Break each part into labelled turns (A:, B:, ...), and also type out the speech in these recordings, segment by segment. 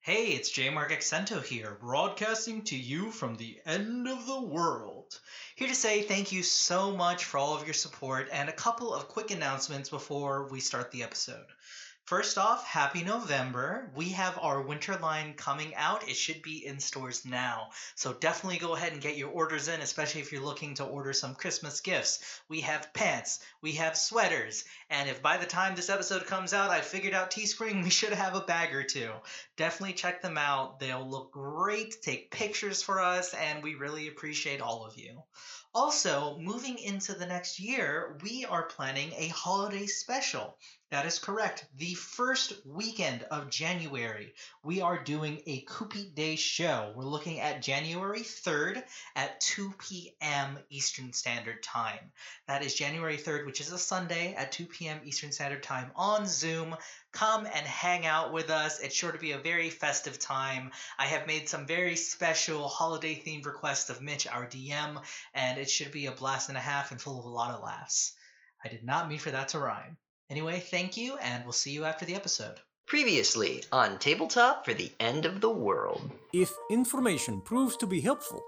A: Hey, it's Jmark Accento here, broadcasting to you from the end of the world. Here to say thank you so much for all of your support and a couple of quick announcements before we start the episode. First off, happy November. We have our winter line coming out. It should be in stores now. So definitely go ahead and get your orders in, especially if you're looking to order some Christmas gifts. We have pants, we have sweaters, and if by the time this episode comes out, I figured out Teespring, we should have a bag or two definitely check them out. They'll look great, take pictures for us, and we really appreciate all of you. Also, moving into the next year, we are planning a holiday special. That is correct. The first weekend of January, we are doing a Koopy Day show. We're looking at January 3rd at 2 p.m. Eastern Standard Time. That is January 3rd, which is a Sunday at 2 p.m. Eastern Standard Time on Zoom come and hang out with us. It's sure to be a very festive time. I have made some very special holiday themed requests of Mitch, our DM, and it should be a blast and a half and full of a lot of laughs. I did not mean for that to rhyme. Anyway, thank you, and we'll see you after the episode.
B: Previously on Tabletop for the End of the World.
C: If information proves to be helpful,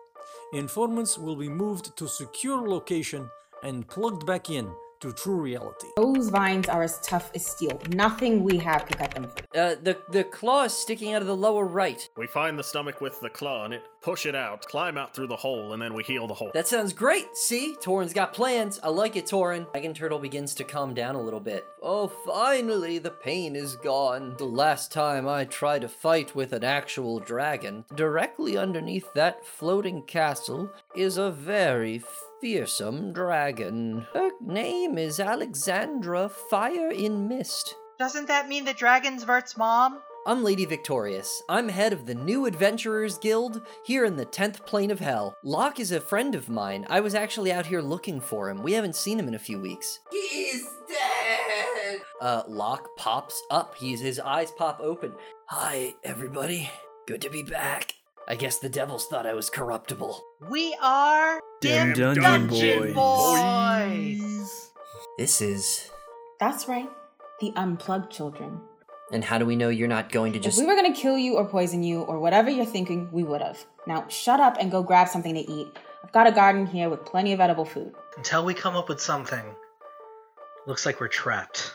C: informants will be moved to secure location and plugged back in to true reality.
D: Those vines are as tough as steel. Nothing we have can cut them through.
E: Uh, the the claw is sticking out of the lower right.
F: We find the stomach with the claw in it, push it out, climb out through the hole, and then we heal the hole.
E: That sounds great. See, Torin's got plans. I like it, Torin. Dragon Turtle begins to calm down a little bit. Oh, finally, the pain is gone. The last time I tried to fight with an actual dragon, directly underneath that floating castle is a very fearsome dragon. Her name is Alexandra Fire in Mist.
G: Doesn't that mean the dragon's Vert's mom?
E: I'm Lady Victorious. I'm head of the New Adventurers Guild here in the 10th Plane of Hell. Locke is a friend of mine. I was actually out here looking for him. We haven't seen him in a few weeks. He is dead! Uh, Locke pops up. He's, his eyes pop open. Hi, everybody. Good to be back. I guess the devils thought I was corruptible.
G: We are
H: Damn
G: Dim
H: Dungeon Boys.
G: Boys.
E: This is.
D: That's right. The unplugged children.
E: And how do we know you're not going to
D: If
E: just.
D: we were gonna kill you or poison you or whatever you're thinking, we would have. Now shut up and go grab something to eat. I've got a garden here with plenty of edible food.
A: Until we come up with something, looks like we're trapped.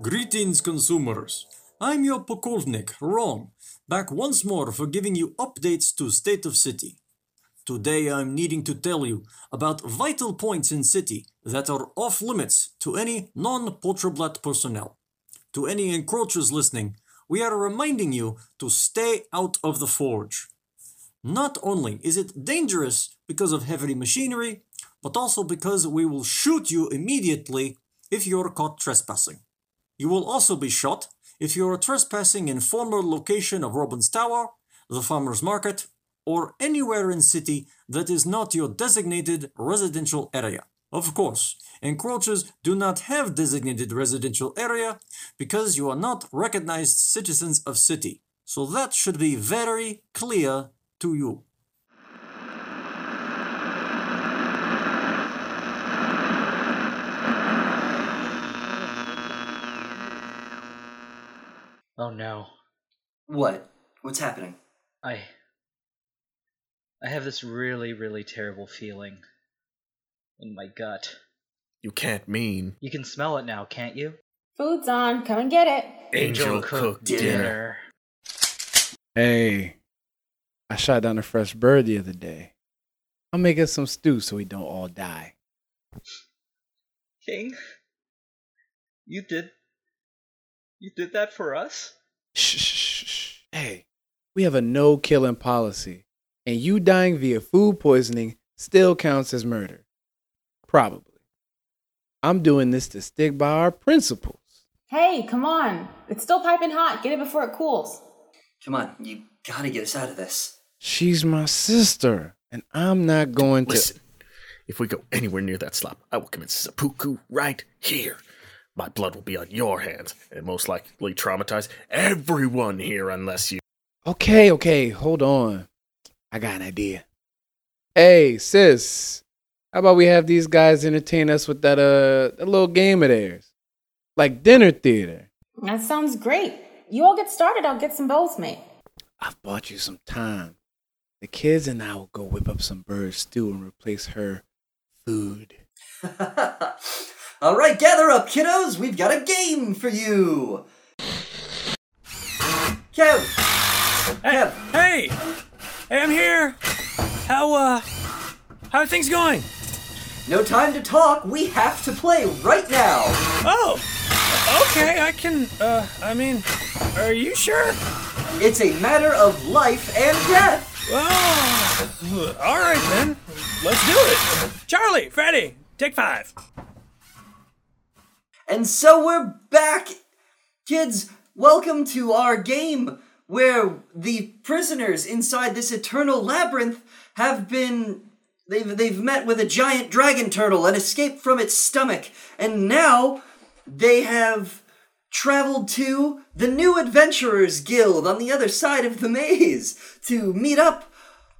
C: Greetings, consumers. I'm your Pokolnik, Rom, back once more for giving you updates to State of City. Today I'm needing to tell you about vital points in City that are off limits to any non Potroblat personnel. To any encroachers listening, we are reminding you to stay out of the forge. Not only is it dangerous because of heavy machinery, but also because we will shoot you immediately if you're caught trespassing. You will also be shot if you are trespassing in former location of Robin's Tower, the farmer's market, or anywhere in city that is not your designated residential area. Of course, encroachers do not have designated residential area because you are not recognized citizens of city. So that should be very clear to you.
A: Oh no.
B: What? What's happening?
A: I. I have this really, really terrible feeling in my gut.
H: You can't mean
A: You can smell it now, can't you?
D: Food's on, come and get it.
H: angel cook dinner.
I: Hey, I shot down a fresh bird the other day. I'll make us some stew so we don't all die.
A: King, you did. You did that for us?
I: Shh, shh, shh, shh. Hey, we have a no killing policy, and you dying via food poisoning still counts as murder. Probably. I'm doing this to stick by our principles.
D: Hey, come on. It's still piping hot. Get it before it cools.
B: Come on, you gotta get us out of this.
I: She's my sister, and I'm not going to.
H: Listen, if we go anywhere near that slop, I will commit seppuku right here. my blood will be on your hands and most likely traumatize everyone here unless you.
I: Okay, okay, hold on. I got an idea. Hey, sis, how about we have these guys entertain us with that uh that little game of theirs, like dinner theater?
D: That sounds great. You all get started. I'll get some bowls made.
I: I've bought you some time. The kids and I will go whip up some bird stew and replace her food.
E: All right, gather up, kiddos. We've got a game for you. Kev, Kev,
J: Hey! Hey, I'm here! How, uh, how are things going?
E: no time to talk. We have to play right now.
J: Oh! Okay, I can, uh, I mean, are you sure?
E: It's a matter of life and death.
J: Well, alright Ah, then. Let's do it! Charlie, Freddy, take five.
E: And so we're back. Kids, welcome to our game where the prisoners inside this eternal labyrinth have been they've they've met with a giant dragon turtle and escaped from its stomach. And now they have traveled to the New Adventurers Guild on the other side of the maze to meet up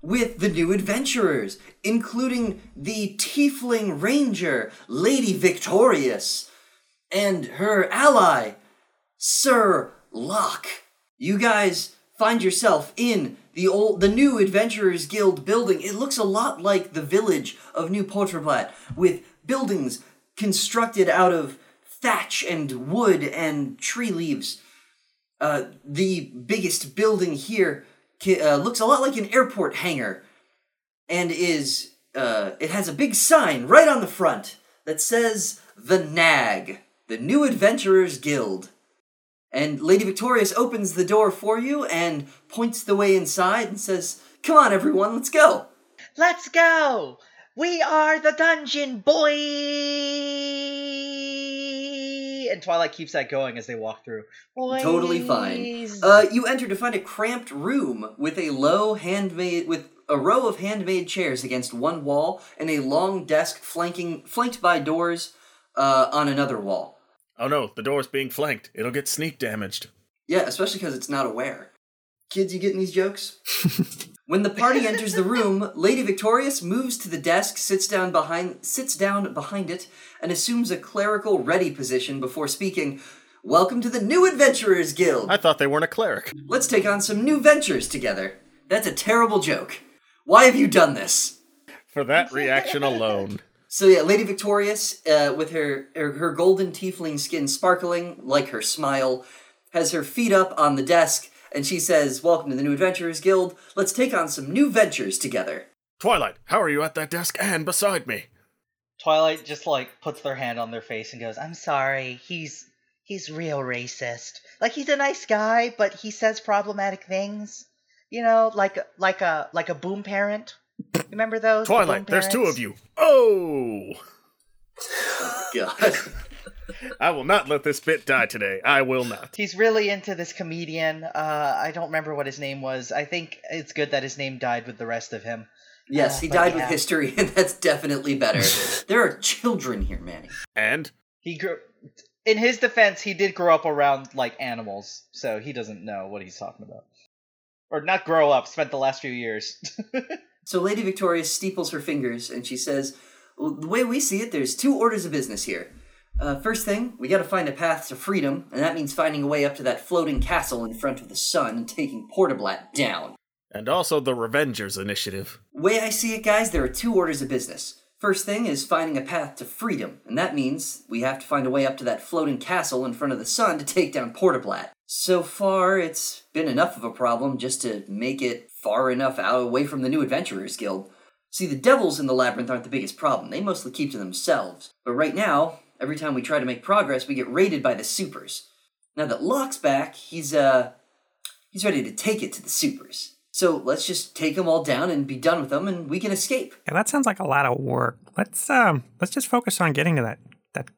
E: with the new adventurers, including the Tiefling Ranger, Lady Victorious, and her ally, Sir Locke. You guys find yourself in the old the new Adventurers Guild building. It looks a lot like the village of New Potreblat, with buildings constructed out of thatch and wood and tree leaves. Uh, the biggest building here ki- uh, looks a lot like an airport hangar and is uh, it has a big sign right on the front that says the nag the new adventurers guild and lady victorious opens the door for you and points the way inside and says come on everyone let's go
K: Let's go. We are the dungeon boy.
A: And Twilight keeps that going as they walk through.
E: totally fine
K: Boys.
E: uh, you enter to find a cramped room with a low handmade with a row of handmade chairs against one wall and a long desk flanking flanked by doors uh, on another wall
H: Oh no, the door's being flanked. It'll get sneak damaged.
E: Yeah, especially because it's not aware. Kids, you getting these jokes? when the party enters the room, Lady Victorious moves to the desk, sits down behind sits down behind it, and assumes a clerical ready position before speaking. Welcome to the New Adventurers Guild.
H: I thought they weren't a cleric.
E: Let's take on some new ventures together. That's a terrible joke. Why have you done this?
H: For that reaction alone.
E: So yeah, Lady Victorious, uh, with her, her her golden tiefling skin sparkling like her smile, has her feet up on the desk, and she says, "Welcome to the New Adventurers Guild. Let's take on some new ventures together."
H: Twilight, how are you at that desk and beside me?
A: Twilight just like puts their hand on their face and goes, "I'm sorry. He's he's real racist.
K: Like he's a nice guy, but he says problematic things. You know, like like a like a boom parent. Remember those? the boom
H: Twilight, there's two
K: parents?
H: of you. Oh!
E: God,
H: I will not let this bit die today. I will not.
K: He's really into this comedian. Uh, I don't remember what his name was. I think it's good that his name died with the rest of him. Uh,
A: Oh,
E: yes, he
K: but
E: died with
K: yeah.
E: history, and that's definitely better. there are children here, Manny.
H: And
A: He grew in his defense, he did grow up around like animals, so he doesn't know what he's talking about. Or not grow up, spent the last few years.
E: So Lady Victoria steeples her fingers and she says, well, The way we see it, there's two orders of business here. Uh, first thing, we gotta find a path to freedom, and that means finding a way up to that floating castle in front of the sun and taking Portablat down.
H: and also the Revengers Initiative.
E: Way I see it, guys, there are two orders of business. First thing is finding a path to freedom, and that means we have to find a way up to that floating castle in front of the sun to take down Portablat. So far, it's been enough of a problem just to make it far enough out away from the New Adventurers Guild. See, the devils in the labyrinth aren't the biggest problem. They mostly keep to themselves. But right now, every time we try to make progress, we get raided by the supers. Now that Locke's back, he's uh he's ready to take it to the supers. So let's just take them all down and be done with them, and we can escape.
J: Yeah, that sounds like a lot of work. Let's, um, let's just focus on getting to that, that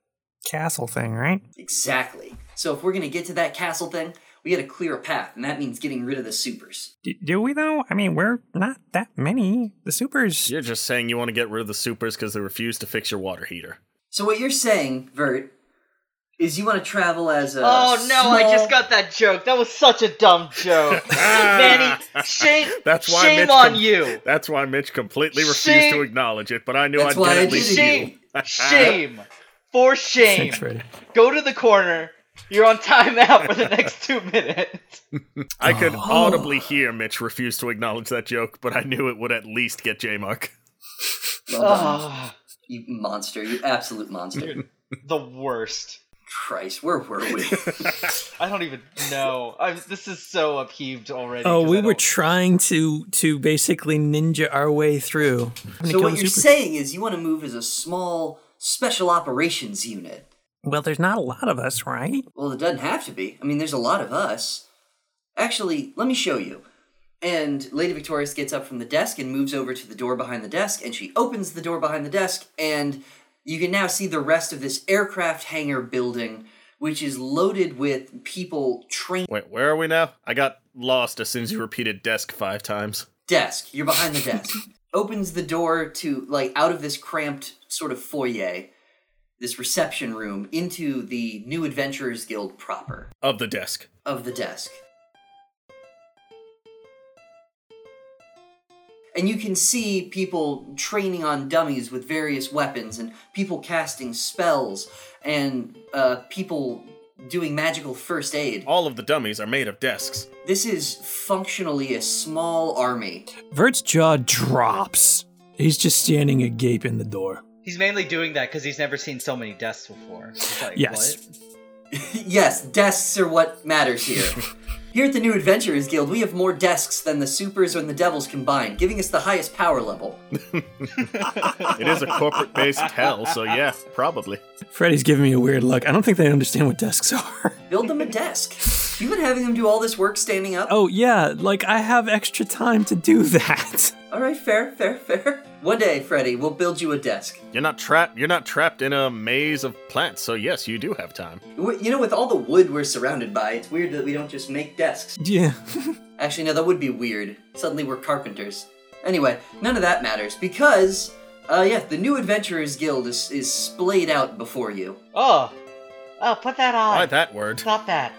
J: castle thing, right?
E: Exactly. So if we're gonna get to that castle thing, we gotta clear a path, and that means getting rid of the supers.
J: D- do we though? I mean, we're not that many. The supers.
H: You're just saying you want to get rid of the supers because they refuse to fix your water heater.
E: So what you're saying, Vert, is you want to travel as a.
K: Oh no, I
E: small-
K: just got that joke. That was such a dumb joke. Manny, shame,
H: Ah. That's why
K: shame
H: Mitch
K: on
H: com-
K: you.
H: That's why Mitch completely refused
K: Shame.
H: to acknowledge it, but I knew
E: That's
H: I'd
E: why
H: get
E: I
H: at least
K: Shame,
H: you.
K: shame, for shame.
G: Censored.
K: Go to the corner. You're on timeout for the next two minutes.
H: I
E: Oh.
H: could audibly hear Mitch refuse to acknowledge that joke, but I knew it would at least get J Mark.
E: Well done,
K: Oh,
E: you monster. You absolute monster.
K: the worst.
E: Christ, where were we?
K: I don't even know. I'm, this is so upheaved already.
G: Oh,
K: 'cause
G: we
K: I
G: were
K: don't-
G: trying to to basically ninja our way through. Having to
E: so
G: kill
E: what
G: the
E: you're
G: super-
E: saying is you want to move as a small special operations unit.
G: Well, there's not a lot of us, right?
E: Well, it doesn't have to be. I mean, there's a lot of us. Actually, let me show you. And Lady Victorious gets up from the desk and moves over to the door behind the desk, and she opens the door behind the desk, and you can now see the rest of this aircraft hangar building, which is loaded with people trained.
H: Wait, where are we now? I got lost as soon as you repeated desk five times.
E: Desk, you're behind the desk. Opens the door to, like, out of this cramped sort of foyer, this reception room, into the New Adventurers Guild proper
H: Of the desk.
E: of the desk. And you can see people training on dummies with various weapons, and people casting spells, and uh, people doing magical first aid.
H: All of the dummies are made of desks.
E: This is functionally a small army.
G: Vert's jaw drops. He's just standing agape in the door.
A: He's mainly doing that because he's never seen so many deaths before. He's like,
G: Yes.
A: "What?"
E: yes, desks are what matters here. here at the New Adventurers Guild, we have more desks than the Supers and the Devils combined, giving us the highest power level.
H: It is a corporate based hell, so yeah, probably.
G: Freddy's giving me a weird look. I don't think they understand what desks are.
E: Build them a desk. You've been having them do all this work standing up?
G: Oh yeah, like I have extra time to do that.
E: All right, fair, fair, fair. One day, Freddy, we'll build you a desk.
H: You're not trapped you're not trapped in a maze of plants, so yes, you do have time.
E: W- You know, with all the wood we're surrounded by, it's weird that we don't just make desks.
G: Yeah.
E: Actually, no, that would be weird. Suddenly we're carpenters. Anyway, none of that matters because, uh, yeah, the new Adventurers Guild is, is splayed out before you.
K: Oh, oh, put that on.
H: Why that word?
K: Stop that.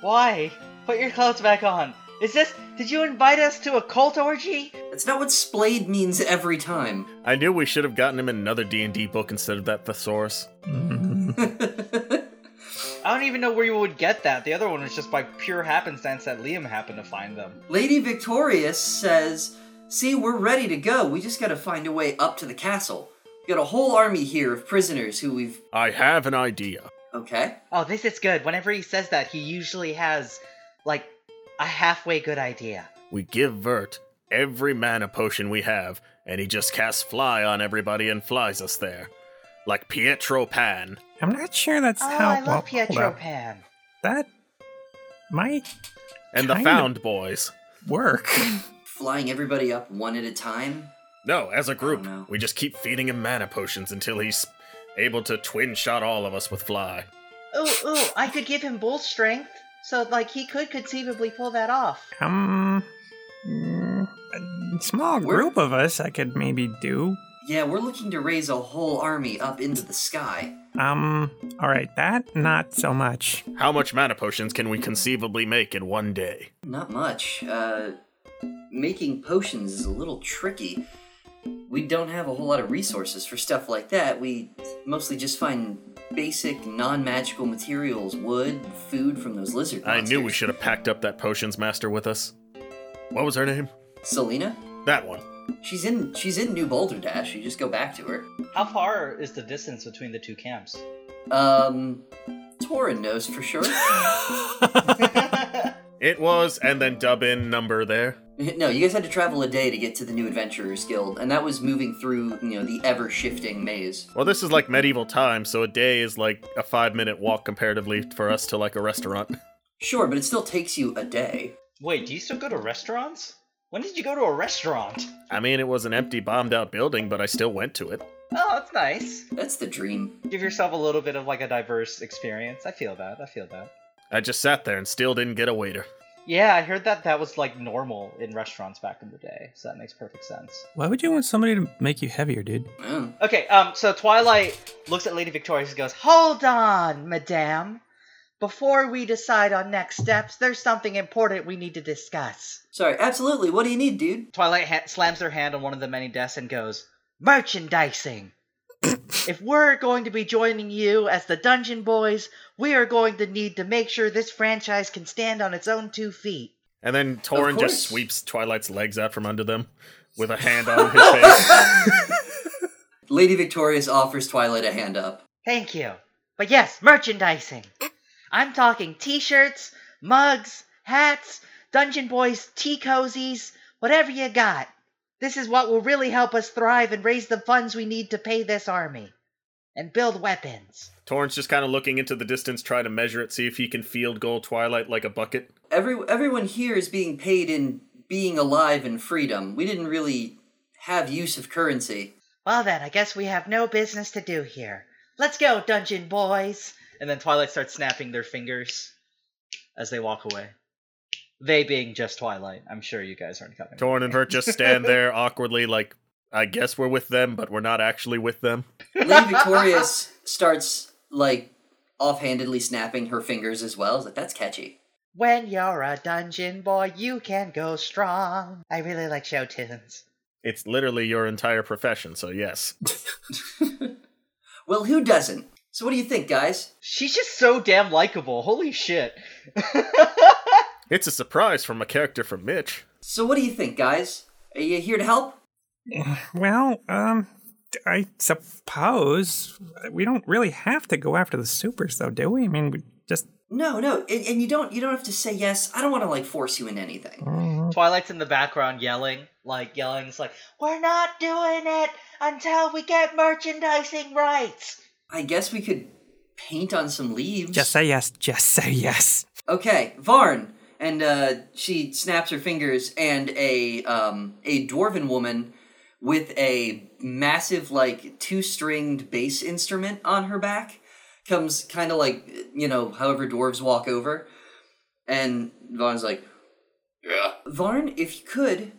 K: Why? Put your clothes back on. Is this? Did you invite us to a cult orgy?
E: That's not what splayed means every time.
H: I knew we should have gotten him another D&D book instead of that thesaurus.
K: Mm-hmm. I don't even know where you would get that. The other one was just by pure happenstance that Liam happened to find them.
E: Lady Victorious says, See, we're ready to go. We just gotta find a way up to the castle. We got a whole army here of prisoners who we've.
H: I have an idea.
E: Okay.
K: Oh, this is good. Whenever he says that, he usually has like a halfway good idea.
H: We give Vert every mana potion we have, and he just casts fly on everybody and flies us there. Like Pietro Pan.
G: I'm not sure that's
K: oh,
G: how.
K: I love
G: well, hold
K: Pietro
G: up.
K: Pan.
G: That might
H: And the
G: Kind of-
H: Found Boys.
G: work.
E: Flying everybody up one at a time.
H: No, as a group,
E: Oh, no.
H: we just keep feeding him mana potions until he's able to twin shot all of us with fly.
K: Ooh, ooh, I could give him bull strength, so like he could conceivably pull that off.
G: Um, mm, a small
E: We're-
G: group of us I could maybe do.
E: Yeah, we're looking to raise a whole army up into the sky.
G: Um, all right, that not so much.
H: How much mana potions can we conceivably make in one day?
E: Not much. Uh, making potions is a little tricky. We don't have a whole lot of resources for stuff like that. We mostly just find basic non magical materials wood, food from those lizard
H: I knew we
E: monsters.
H: should have packed up that potions master with us. What was her name?
E: Selena?
H: That one.
E: She's in she's in New Boulder Dash. You just go back to her.
A: How far is the distance between the two camps?
E: Um Torin knows for sure.
H: It was, and then dub in number there.
E: no, you guys had to travel a day to get to the new Adventurers Guild, and that was moving through, you know, the ever shifting maze.
H: Well, this is like medieval times, so a day is like a five minute walk comparatively for us to like a restaurant.
E: Sure, but it still takes you a day.
A: Wait, do you still go to restaurants? When did you go to a restaurant?
H: I mean, it was an empty, bombed out building, but I still went to it.
A: Oh, that's nice.
E: That's the dream.
A: Give yourself a little bit of like a diverse experience. I feel that. I feel that.
H: I just sat there and still didn't get a waiter.
K: Yeah, I heard that that was like normal in restaurants back in the day, so that makes perfect sense.
G: Why would you want somebody to make you heavier, dude?
K: Okay, um, so Twilight looks at Lady Victoria and goes, Hold on, madame. Before we decide on next steps, there's something important we need to discuss.
E: Sorry, absolutely. What do you need, dude?
K: Twilight ha- slams her hand on one of the many desks and goes, Merchandising. if we're going to be joining you as the Dungeon Boys, we are going to need to make sure this franchise can stand on its own two feet.
H: And then Torin
K: course.
H: just sweeps Twilight's legs out from under them with a hand on his face.
E: Lady Victorious offers Twilight a hand up.
K: Thank you. But yes, merchandising. I'm talking t shirts, mugs, hats, Dungeon Boys tea cozies, whatever you got. This is what will really help us thrive and raise the funds we need to pay this army and build weapons.
H: Torrin's just kind of looking into the distance, trying to measure it, see if he can field goal Twilight like a bucket.
E: Every everyone here is being paid in being alive and freedom. We didn't really have use of currency.
K: Well, then, I guess we have no business to do here. Let's go, Dungeon Boys! And then Twilight starts snapping their fingers as they walk away. They being just Twilight. I'm sure you guys aren't coming.
H: Torrin and Hurt just stand there awkwardly, like, I guess we're with them, but we're not actually with them.
E: Lady Victorious starts like offhandedly snapping her fingers as well. It's like that's catchy.
K: When you're a dungeon boy, you can go strong. I really like show tunes.
H: It's literally your entire profession, so yes.
E: Well, who doesn't? So what do you think, guys?
K: She's just so damn likable. Holy shit.
H: It's a surprise from a character from Mitch.
E: So what do you think, guys? Are you here to help?
G: Well, um, I suppose we don't really have to go after the supers, though, do we? I mean, we just
E: No, no, and, and you don't you don't have to say yes. I don't want to like force you into anything.
K: Twilight's in the background yelling, like yelling, it's like, We're not doing it until we get merchandising rights.
E: I guess we could paint on some leaves.
G: just say yes, just say yes.
E: Okay, Varn. And uh, she snaps her fingers, and a um, a dwarven woman with a massive like two stringed bass instrument on her back comes kind of like you know however dwarves walk over, and Varn's like, yeah. Varn, if you could,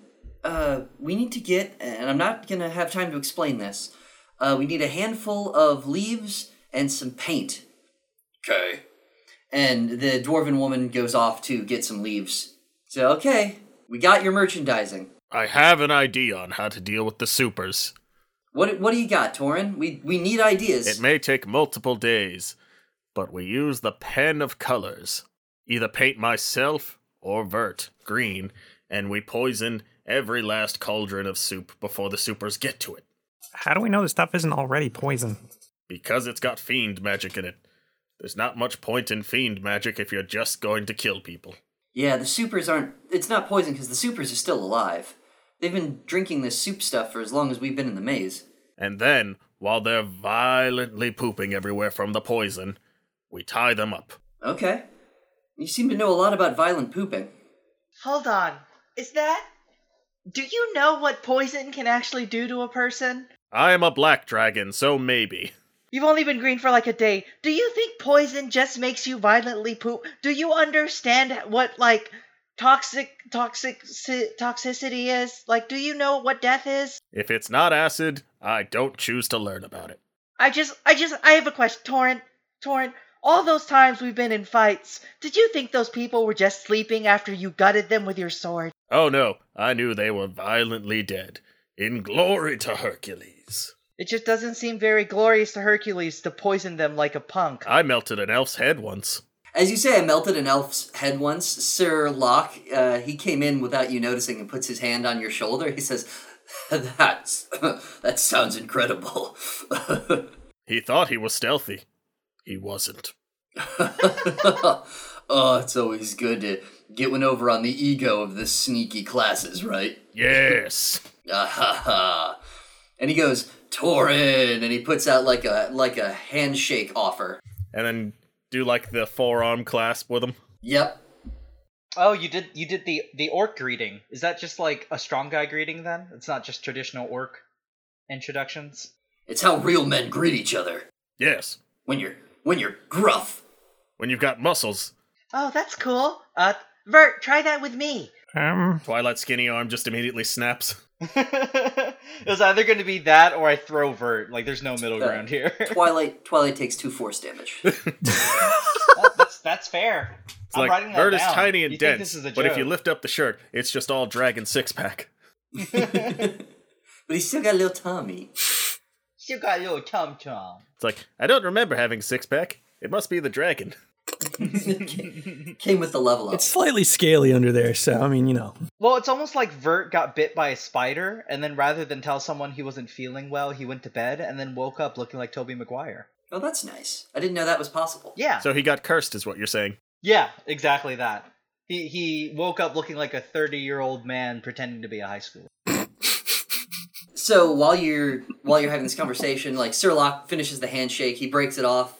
E: uh, we need to get, and I'm not gonna have time to explain this. Uh, we need a handful of leaves and some paint. Okay and the dwarven woman goes off to get some leaves. So, okay, we got your merchandising.
H: I have an idea on how to deal with the supers.
E: What what do you got, Torin? We we need ideas.
H: It may take multiple days, but we use the pen of colors. Either paint myself or Vert green, and we poison every last cauldron of soup before the supers get to it.
G: How do we know this stuff isn't already poison?
H: Because it's got fiend magic in it. There's not much point in fiend magic if you're just going to kill people.
E: yeah, the supers aren't. It's not poison because the supers are still alive. They've been drinking this soup stuff for as long as we've been in the maze.
H: And then, while they're violently pooping everywhere from the poison, we tie them up.
E: Okay, you seem to know a lot about violent pooping.
K: Hold on. Is that. Do you know what poison can actually do to a person?
H: I am a black dragon, so maybe.
K: You've only been green for like a day. Do you think poison just makes you violently poop? Do you understand what, like, toxic, toxic, si- toxicity is? Like, do you know what death is?
H: If it's not acid, I don't choose to learn about it.
K: I just, I just, I have a question. Torrent, Torrent, all those times we've been in fights, did you think those people were just sleeping after you gutted them with your sword?
H: Oh no, I knew they were violently dead. In glory to Hercules.
K: It just doesn't seem very glorious to Hercules to poison them like a punk.
H: I melted an elf's head once.
E: As you say, I melted an elf's head once. Sir Locke, uh, he came in without you noticing and puts his hand on your shoulder. He says, "That's that sounds incredible."
H: He thought he was stealthy. He wasn't.
E: oh, it's always good to get one over on the ego of the sneaky classes, right?
H: Yes.
E: Ah, ha, ha. and he goes, Torin, and he puts out like a like a handshake offer.
H: And then do like the forearm clasp with him.
E: Yep.
K: Oh, you did you did the the orc greeting. Is that just like a strong guy greeting then? It's not just traditional orc introductions.
E: It's how real men greet each other.
H: Yes.
E: When you're when you're gruff.
H: When you've got muscles.
K: Oh, that's cool. Uh Vert, try that with me.
G: Um,
H: Twilight skinny arm just immediately snaps.
L: It's either going to be that or I throw Vert. Like, there's no middle ground here.
E: Uh, Twilight Twilight takes two force damage.
L: that's, that's fair.
H: It's
L: I'm writing
H: like
L: that
H: Vert is
L: down.
H: tiny and
L: You think
H: dense,
L: this is a
H: but if you
L: joke.
H: lift up the shirt, it's just all dragon six pack.
E: but he's still got a little tummy.
L: Still got a little tum tum.
H: It's like I don't remember having six pack. It must be the dragon.
E: Came with the level
L: up.
G: It's slightly scaly under there, so I mean, you know.
L: Well, it's almost like Vert got bit by a spider, and then rather than tell someone he wasn't feeling well, he went to bed and then woke up looking like Toby Maguire.
E: Oh, that's nice. I didn't know that was possible.
L: Yeah.
H: So he got cursed, is what you're saying.
L: Yeah, exactly that. He he woke up looking like a 30-year-old man pretending to be a high schooler.
E: So while you're while you're having this conversation, like Sirlock finishes the handshake, he breaks it off.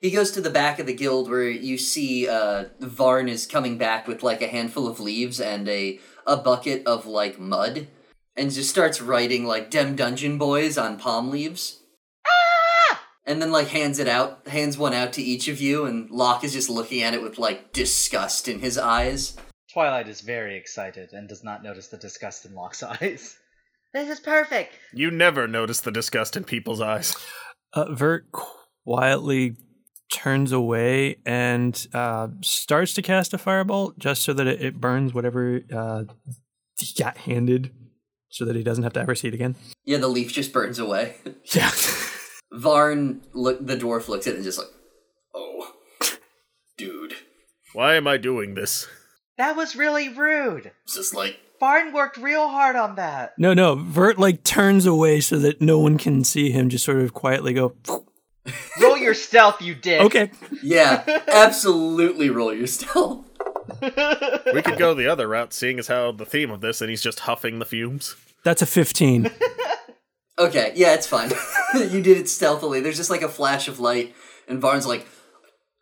E: He goes to the back of the guild where you see uh, Varn is coming back with like a handful of leaves and a a bucket of like mud, and just starts writing like "Dem Dungeon Boys" on palm leaves. And then like hands it out, hands one out to each of you, and Locke is just looking at it with like disgust in his eyes.
L: Twilight is very excited and does not notice the disgust in Locke's eyes.
K: This is perfect.
H: You never notice the disgust in people's eyes.
G: Uh, Vert quietly turns away and uh, starts to cast a fireball just so that it, it burns whatever uh, he got handed so that he doesn't have to ever see it again.
E: Yeah, the leaf just burns away.
G: Yeah.
E: Varn look the dwarf looks at it and just like, oh, dude.
H: Why am I doing this?
K: That was really rude.
E: Just like
K: Barn worked real hard on that.
G: No, no. Vert like turns away so that no one can see him, just sort of quietly go,
L: Roll your stealth, you dick.
G: okay.
E: Yeah, absolutely roll your stealth.
H: We could go the other route, seeing as how the theme of this, and he's just huffing the fumes.
G: That's a 15.
E: Okay, yeah, it's fine. you did it stealthily. There's just like a flash of light, and Varn's like,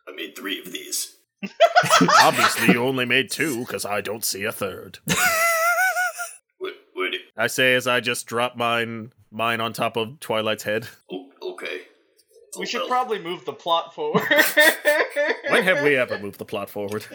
E: I made three of these.
H: Obviously, you only made two, because I don't see a third. I say as I just drop mine, mine on top of Twilight's head.
E: Okay.
L: We should probably move the plot forward.
H: When have we ever moved the plot forward?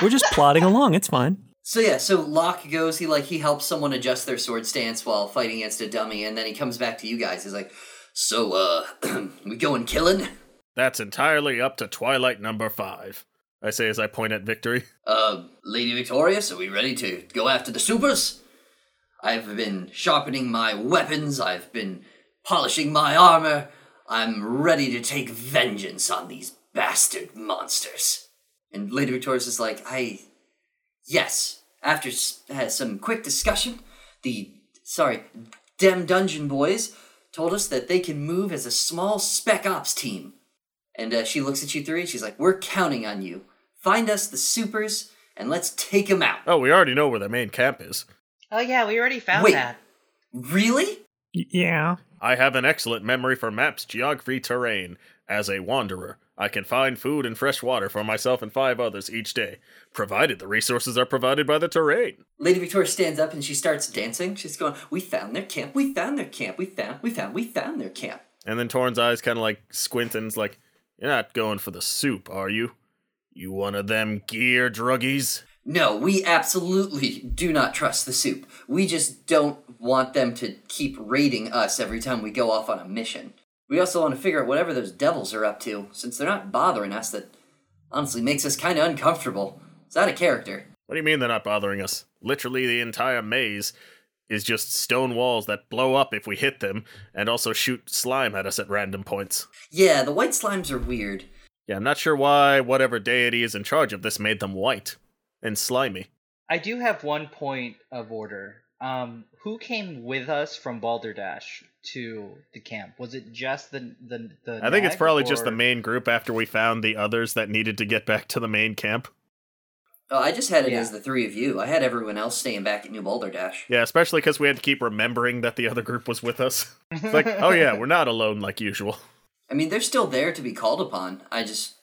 G: We're just plodding along. It's fine.
E: So yeah, so Locke goes, he like he helps someone adjust their sword stance while fighting against a dummy, and then he comes back to you guys. He's like, So uh we going killing?
H: That's entirely up to Twilight number five. I say as I point at Victory.
E: Uh Lady Victorious, are we ready to go after the supers? I've been sharpening my weapons, I've been polishing my armor. I'm ready to take vengeance on these bastard monsters. And Lady Victorious is like, I Yes. After s- uh, some quick discussion, the sorry, Dem Dungeon Boys told us that they can move as a small spec ops team. And uh, she looks at you three. She's like, "We're counting on you. Find us the supers, and let's take them out."
H: Oh, we already know where their main camp is.
K: Oh yeah, we already found
E: Wait.
K: that.
E: Really?
G: Yeah.
H: I have an excellent memory for maps, geography, terrain. As a wanderer, I can find food and fresh water for myself and five others each day, provided the resources are provided by the terrain.
E: Lady Victoria stands up and she starts dancing. She's going, "We found their camp. We found their camp. We found. We found. We found their camp."
H: And then Torn's eyes kind of like squint and is like, You're not going for the soup, are you? You one of them gear druggies?
E: No, we absolutely do not trust the soup. We just don't want them to keep raiding us every time we go off on a mission. We also want to figure out whatever those devils are up to, since they're not bothering us, that honestly makes us kind of uncomfortable. It's out of character.
H: What do you mean they're not bothering us? Literally, the entire maze is just stone walls that blow up if we hit them and also shoot slime at us at random points.
E: Yeah, the white slimes are weird.
H: Yeah, I'm not sure why whatever deity is in charge of this made them white and slimy.
L: I do have one point of order. Um, who came with us from Balderdash to the camp? Was it just the the, the
H: I think it's
L: nag,
H: probably just the
L: or-
H: main group after we found the others that needed to get back to the main camp.
E: Oh, I just had it
L: Yeah.
E: as the three of you. I had everyone else staying back at New Balderdash.
H: Yeah, especially because we had to keep remembering that the other group was with us. It's like, oh yeah, we're not alone like usual.
E: I mean, they're still there to be called upon. I just,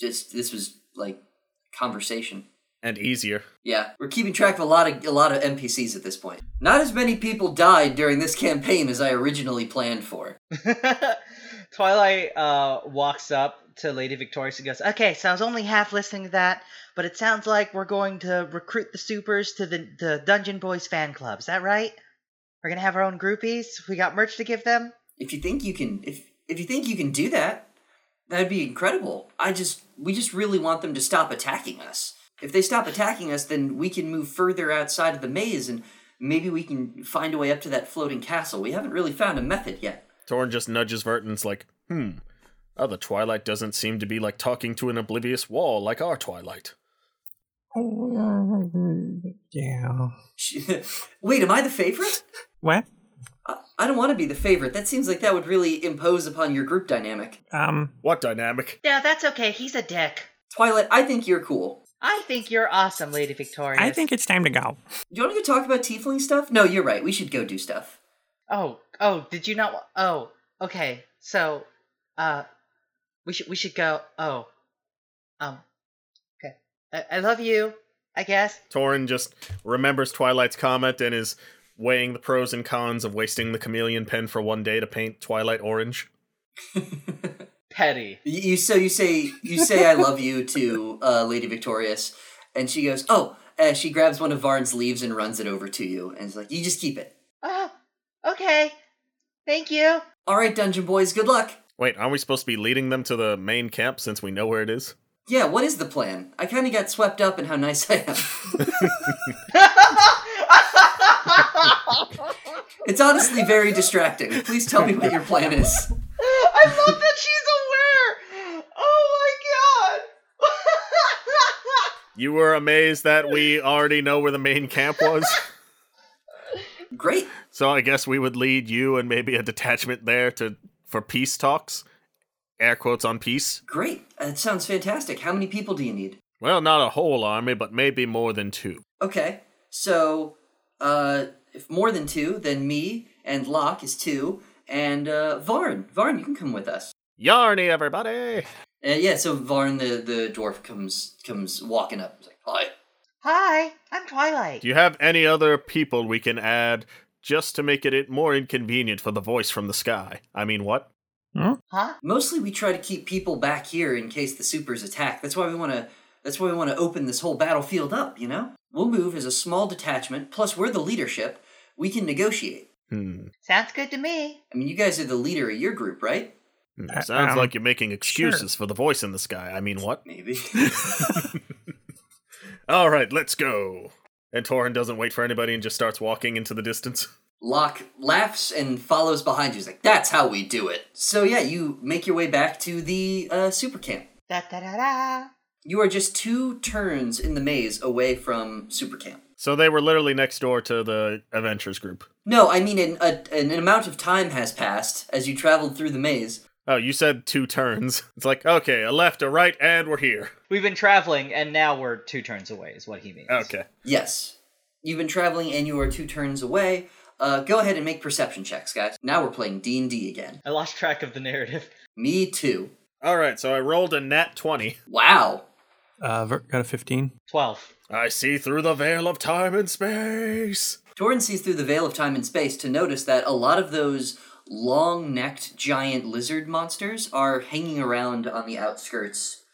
E: just this was like conversation.
H: And easier.
E: Yeah, we're keeping track of a lot of a lot of NPCs at this point. Not as many people died during this campaign as I originally planned for.
L: Twilight uh, walks up to Lady Victoria. She goes, "Ah,
K: Okay, so I was only half listening to that, but it sounds like we're going to recruit the supers to the, the Dungeon Boys fan club. Is that right? We're gonna have our own groupies. We got merch to give them.
E: If you think you can, if if you think you can do that, that'd be incredible. I just we just really want them to stop attacking us. If they stop attacking us, then we can move further outside of the maze and maybe we can find a way up to that floating castle. We haven't really found a method yet.
H: Torn just nudges Vert and's like, hmm. Oh, the Twilight doesn't seem to be like talking to an oblivious wall like our Twilight.
G: Yeah.
E: Wait, am I the favorite?
G: What?
E: I, I don't want to be the favorite. That seems like that would really impose upon your group dynamic.
G: Um.
H: What dynamic?
K: No, that's okay. He's a dick.
E: Twilight, I think you're cool.
K: I think you're awesome, Lady Victoria.
G: I think it's time to go.
E: Do you want to go talk about tiefling stuff? No, you're right. We should go do stuff.
K: Oh, oh, did you not? wa- Oh, okay. So, uh, we should we should go. Oh, um, okay. I, I love you. I guess.
H: Torin just remembers Twilight's comment and is weighing the pros and cons of wasting the chameleon pen for one day to paint Twilight orange.
L: Petty.
E: You, you so you say you say I love you to uh, Lady Victorious, and she goes, "Oh." Uh, she grabs one of Varn's leaves and runs it over to you, and is like, "You just keep it."
K: Oh, okay. Thank you.
E: All right, Dungeon Boys, good luck.
H: Wait, aren't we supposed to be leading them to the main camp since we know where it is?
E: Yeah, what is the plan? I kind of got swept up in how nice I am. it's honestly very distracting. Please tell me what your plan is.
K: I love that she's aware. Oh my
H: You were amazed that we already know where the main camp was.
E: Great.
H: So I guess we would lead you and maybe a detachment there to for peace talks. Air quotes on peace.
E: Great. That sounds fantastic. How many people do you need?
H: Well, not a whole army, but maybe more than two.
E: Okay, so uh, if more than two, then me and Locke is two, and uh, Varn. Varn, you can come with us.
H: Yarny, everybody.
E: Uh, yeah, so Varn, the, the dwarf, comes comes walking up. He's like, Hi.
K: Hi, I'm Twilight.
H: Do you have any other people we can add just to make it it more inconvenient for the voice from the sky? I mean, what?
K: Huh?
E: Mostly, we try to keep people back here in case the supers attack. That's why we want to. That's why we want to open this whole battlefield up. You know, we'll move as a small detachment. Plus, we're the leadership. We can negotiate.
H: Hmm.
K: Sounds good to me.
E: I mean, you guys are the leader of your group, right?
H: Hmm,
G: Uh,
H: Sounds
G: um,
H: like you're making excuses for the voice in the sky. I mean, what?
E: Maybe.
H: All right, let's go. And Torin doesn't wait for anybody and just starts walking into the distance.
E: Locke laughs and follows behind you. He's like, "That's how we do it." So yeah, you make your way back to the uh, super camp.
K: Da da da da.
E: You are just two turns in the maze away from super camp.
H: So they were literally next door to the adventures group.
E: No, I mean an, a, an amount of time has passed as you traveled through the maze.
H: Oh, you said two turns. It's like, okay, a left, a right, and we're here.
L: We've been traveling, and now we're two turns away. Is what he means.
H: Okay.
E: Yes, you've been traveling and you are two turns away. Uh, go ahead and make perception checks, guys. Now we're playing D and D again.
L: I lost track of the narrative.
E: Me too.
H: All right, so I rolled a nat 20.
E: Wow.
G: Uh, Vert got a 15.
L: Twelve.
H: I see through the veil of time and space.
E: Torin sees through the veil of time and space to notice that a lot of those long necked giant lizard monsters are hanging around on the outskirts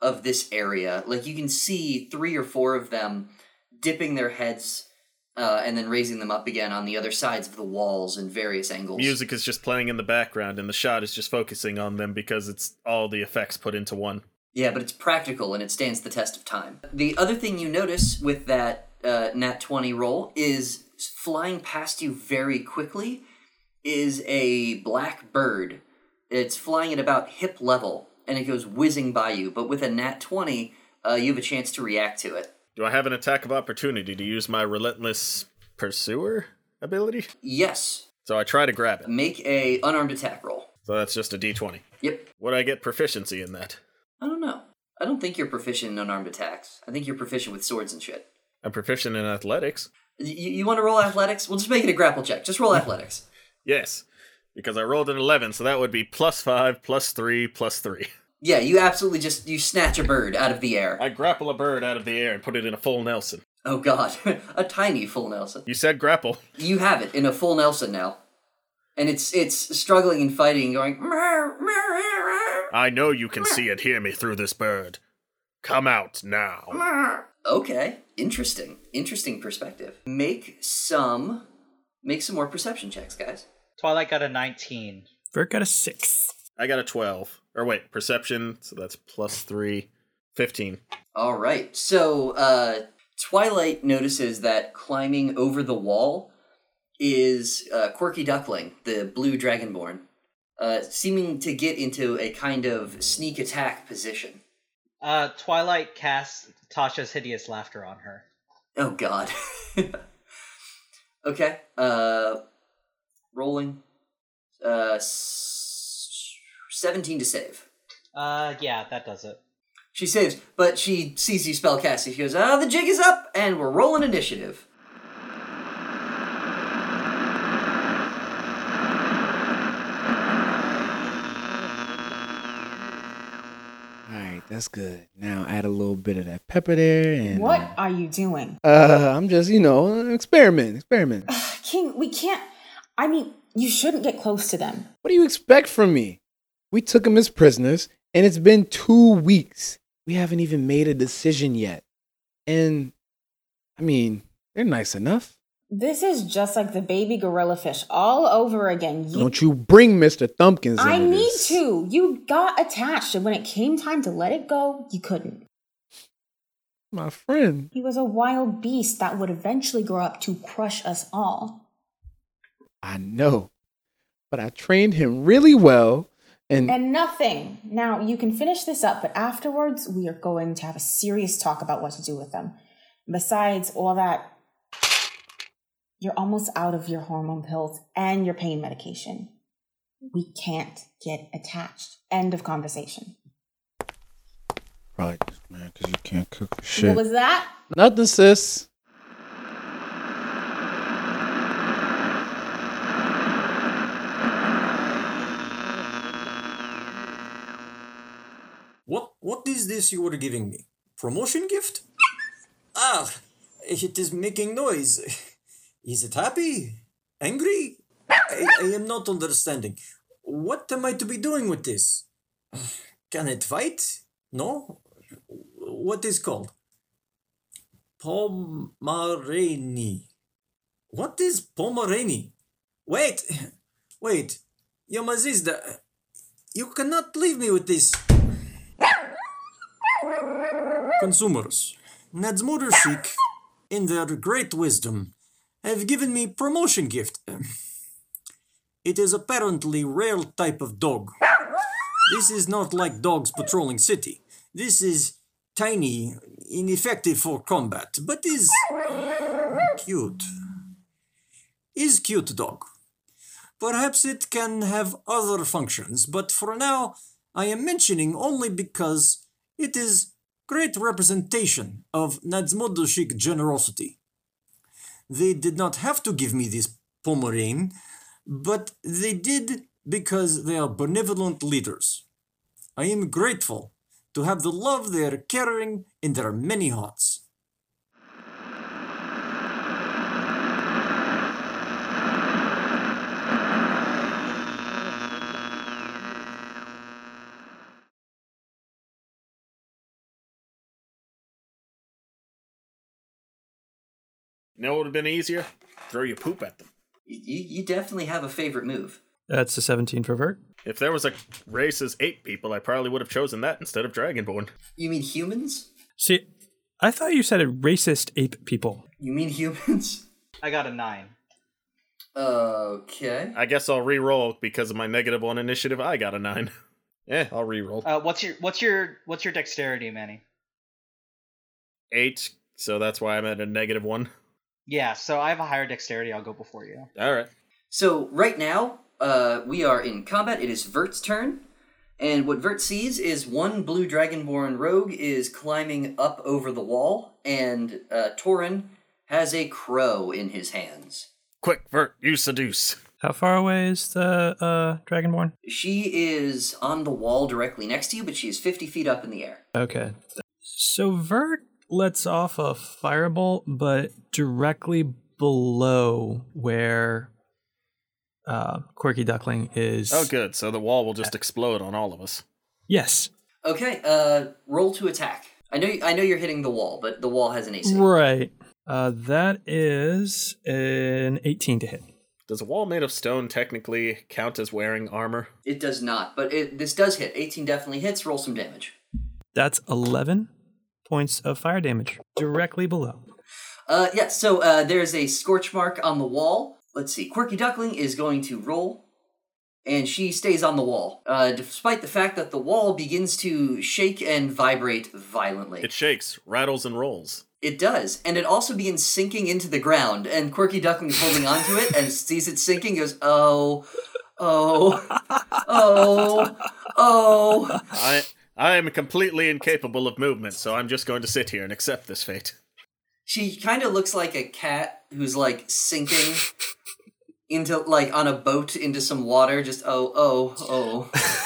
E: of this area. Like you can see three or four of them dipping their heads uh, and then raising them up again on the other sides of the walls in various angles.
H: Music is just playing in the background, and the shot is just focusing on them because it's all the effects put into one.
E: Yeah, but it's practical and it stands the test of time. The other thing you notice with that uh, nat 20 roll is flying past you very quickly is a black bird. It's flying at about hip level and it goes whizzing by you, but with a nat 20, uh, you have a chance to react to it.
H: Do I have an attack of opportunity to use my relentless pursuer ability?
E: Yes,
H: So I try to grab it.
E: make a unarmed attack roll.
H: So that's just a d20.
E: Yep.
H: Would I get proficiency in that?
E: I don't know. I don't think you're proficient in unarmed attacks. I think you're proficient with swords and shit.
H: I'm proficient in athletics.
E: Y- you, you want to roll athletics? We'll just make it a grapple check. Just roll athletics.
H: Yes, because I rolled an 11, so that would be plus 5, plus 3, plus 3.
E: Yeah, you absolutely just you snatch a bird out of the air.
H: I grapple a bird out of the air and put it in a full Nelson.
E: Oh god, a tiny full Nelson.
H: You said grapple.
E: You have it in a full Nelson now, and it's it's struggling and fighting, going. "Meow, meow, meow, meow."
H: I know you can see and hear me through this bird. Come out now.
E: Okay, interesting. Interesting perspective. Make some make some more perception checks, guys.
L: Twilight got a 19.
G: Bert got a six.
H: I got a 12. Or wait, perception, so that's plus three. 15.
E: All right. So, uh, Twilight notices that climbing over the wall is uh, Quirky Duckling, the blue dragonborn, uh, seeming to get into a kind of sneak attack position.
L: Uh, Twilight casts Tasha's hideous laughter on her.
E: Oh, God. okay. Uh, rolling. Uh, s- 17 to save.
L: Uh, yeah, that does it.
E: She saves, but she sees you spellcasting. She goes, ah, the jig is up, and we're rolling initiative.
I: All right, that's good. Now add a little bit of that pepper there, and
D: What are you doing?
I: Uh, I'm just, you know, experiment, experiment.
D: King, we can't. I mean, you shouldn't get close to them.
I: What do you expect from me? We took him as prisoners, and it's been two weeks. We haven't even made a decision yet. And, I mean, they're nice enough.
D: This is just like the baby gorilla fish all over again. You,
I: Don't you bring Mr. Thumpkins in.
D: I need to. You got attached, and when it came time to let it go, you couldn't.
I: My friend.
D: He was a wild beast that would eventually grow up to crush us all.
I: I know. But I trained him really well, and,
D: And nothing. Now, you can finish this up, but afterwards, we are going to have a serious talk about what to do with them. Besides all that, you're almost out of your hormone pills and your pain medication. We can't get attached. End of conversation.
I: Right, man, because you can't cook for shit.
D: What was that?
I: Nothing, sis.
C: What what is this you are giving me? Promotion gift? ah, it is making noise. Is it happy? Angry? I, I am not understanding. What am I to be doing with this? Can it fight? No? What is called? Pomerani. What is Pomerani? Wait, wait, Yamazizda, you cannot leave me with this. Consumers, Nadzmuder Sheik, in their great wisdom, have given me promotion gift. It is apparently rare type of dog. This is not like dogs patrolling city. This is tiny, ineffective for combat, but is cute. Is cute dog. Perhaps it can have other functions, but for now, I am mentioning only because it is great representation of Nadzmodoshik generosity. They did not have to give me this Pomerane, but they did because they are benevolent leaders. I am grateful to have the love they are carrying in their many hearts.
H: You know what would have been easier? Throw your poop at them.
E: You, you definitely have a favorite move.
G: That's a 17 for Vert.
H: If there was a race as ape people, I probably would have chosen that instead of Dragonborn.
E: You mean humans?
G: See, I thought you said a racist ape people.
E: You mean humans?
L: I got a 9.
E: Okay.
H: I guess I'll re-roll because of my negative one initiative. I got a nine. Yeah, I'll re-roll
L: Uh, what's your what's your what's your dexterity, Manny?
H: eight, so that's why I'm at a negative one.
L: Yeah, so I have a higher dexterity. I'll go before you.
H: All right.
E: So right now, uh, we are in combat. It is Vert's turn, and what Vert sees is one blue dragonborn rogue is climbing up over the wall, and uh, Torin has a crow in his hands.
H: Quick, Vert, you seduce.
G: How far away is the uh, Dragonborn?
E: She is on the wall directly next to you, but she is fifty feet up in the air.
G: Okay. So Vert lets off a fireball, but directly below where uh, Quirky Duckling is.
H: Oh, good. So the wall will just explode on all of us.
G: Yes.
E: Okay, uh, roll to attack. I know I know you're hitting the wall, but the wall has an AC.
G: Right. Uh, that is an 18 to hit.
H: Does a wall made of stone technically count as wearing armor?
E: It does not, but it, this does hit. 18 definitely hits. Roll some damage.
G: That's 11 points of fire damage directly below.
E: Uh, yeah, so uh, there's a scorch mark on the wall. Let's see. Quirky Duckling is going to roll, and she stays on the wall, uh, despite the fact that the wall begins to shake and vibrate violently.
H: It shakes, rattles, and rolls.
E: It does, and it also begins sinking into the ground. And Quirky Duckling is holding onto it and sees it sinking. Goes, oh, oh, oh, oh.
H: I I am completely incapable of movement, so I'm just going to sit here and accept this fate.
E: She kind of looks like a cat who's like sinking into like on a boat into some water. Just oh, oh,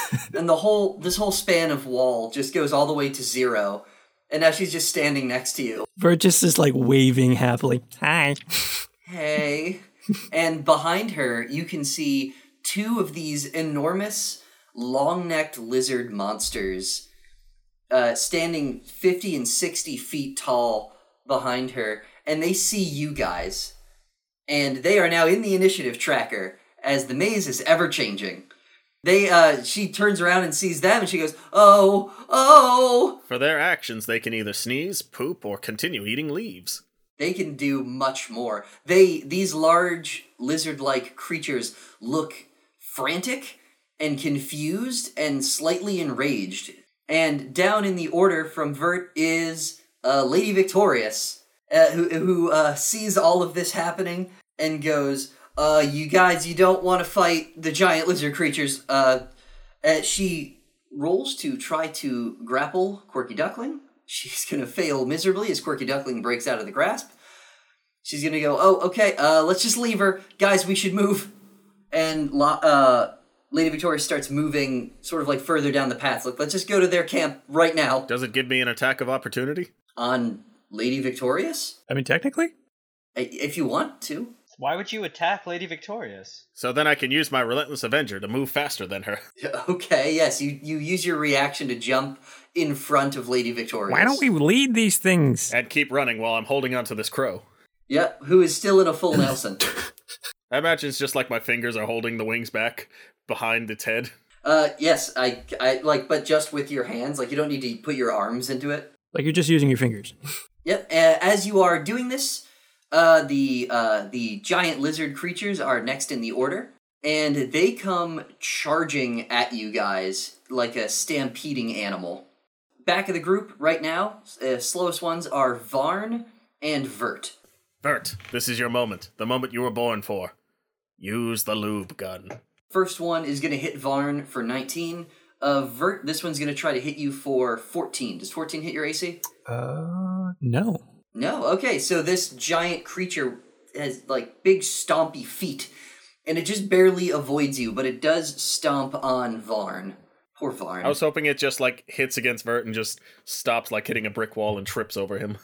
E: oh, and the whole this whole span of wall just goes all the way to zero. And now she's just standing next to you.
G: Virtus is like waving happily. Hi.
E: Hey. and behind her, you can see two of these enormous, long necked lizard monsters uh, standing 50 and 60 feet tall behind her. And they see you guys. And they are now in the initiative tracker as the maze is ever changing. They uh she turns around and sees them and she goes, "Oh, oh."
H: For their actions, they can either sneeze, poop, or continue eating leaves.
E: They can do much more. They these large lizard-like creatures look frantic and confused and slightly enraged. And down in the order from Vert is uh, Lady Victorious, uh, who who uh, sees all of this happening and goes, uh, you guys, you don't want to fight the giant lizard creatures. Uh, uh, she rolls to try to grapple Quirky Duckling. She's gonna fail miserably as Quirky Duckling breaks out of the grasp. She's gonna go, oh, okay, uh, let's just leave her. Guys, we should move. And lo- uh, Lady Victoria starts moving sort of like further down the path. Like, let's just go to their camp right now.
H: Does it give me an attack of opportunity?
E: On Lady Victorious?
G: I mean, technically?
E: I- If you want to.
L: Why would you attack Lady Victorious?
H: So then I can use my relentless Avenger to move faster than her.
E: Okay, yes, you, you use your reaction to jump in front of Lady Victorious.
G: Why don't we lead these things?
H: And keep running while I'm holding onto this crow.
E: Yep, who is still in a full Nelson.
H: I imagine it's just like my fingers are holding the wings back behind its head.
E: Uh, yes, I, I like, but just with your hands, like you don't need to put your arms into it.
G: Like you're just using your fingers.
E: Yep. Uh, as you are doing this, uh, the uh, the giant lizard creatures are next in the order, and they come charging at you guys like a stampeding animal. Back of the group right now, uh, slowest ones are Varn and Vert.
H: Bert, this is your moment. The moment you were born for. Use the lube gun.
E: First one is going to hit Varn for 19. Uh, Vert, this one's going to try to hit you for 14. Does 14 hit your AC?
G: Uh, no.
E: No. Okay, so this giant creature has like big stompy feet, and it just barely avoids you, but it does stomp on Varn. Poor Varn.
H: I was hoping it just like hits against Vert and just stops like hitting a brick wall and trips over him.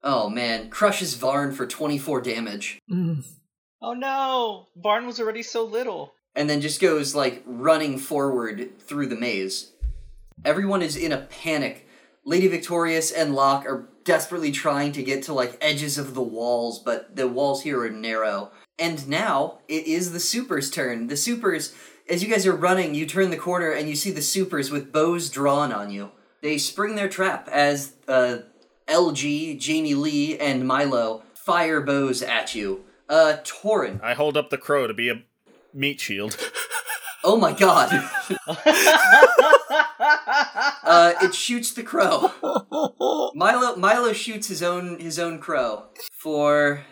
E: Oh man, crushes Varn for 24 damage,
L: Oh no! Barn was already so little.
E: and then just goes like running forward through the maze. Everyone is in a panic. Lady Victorious and Locke are desperately trying to get to like edges of the walls, but the walls here are narrow. And now it is the supers' turn. The supers, as you guys are running, you turn the corner and you see the supers with bows drawn on you. They spring their trap as uh, LG, Janie Lee, and Milo fire bows at you. Uh, Torin.
H: I hold up the crow to be a meat shield.
E: Oh my god. uh, it shoots the crow. Milo Milo shoots his own his own crow for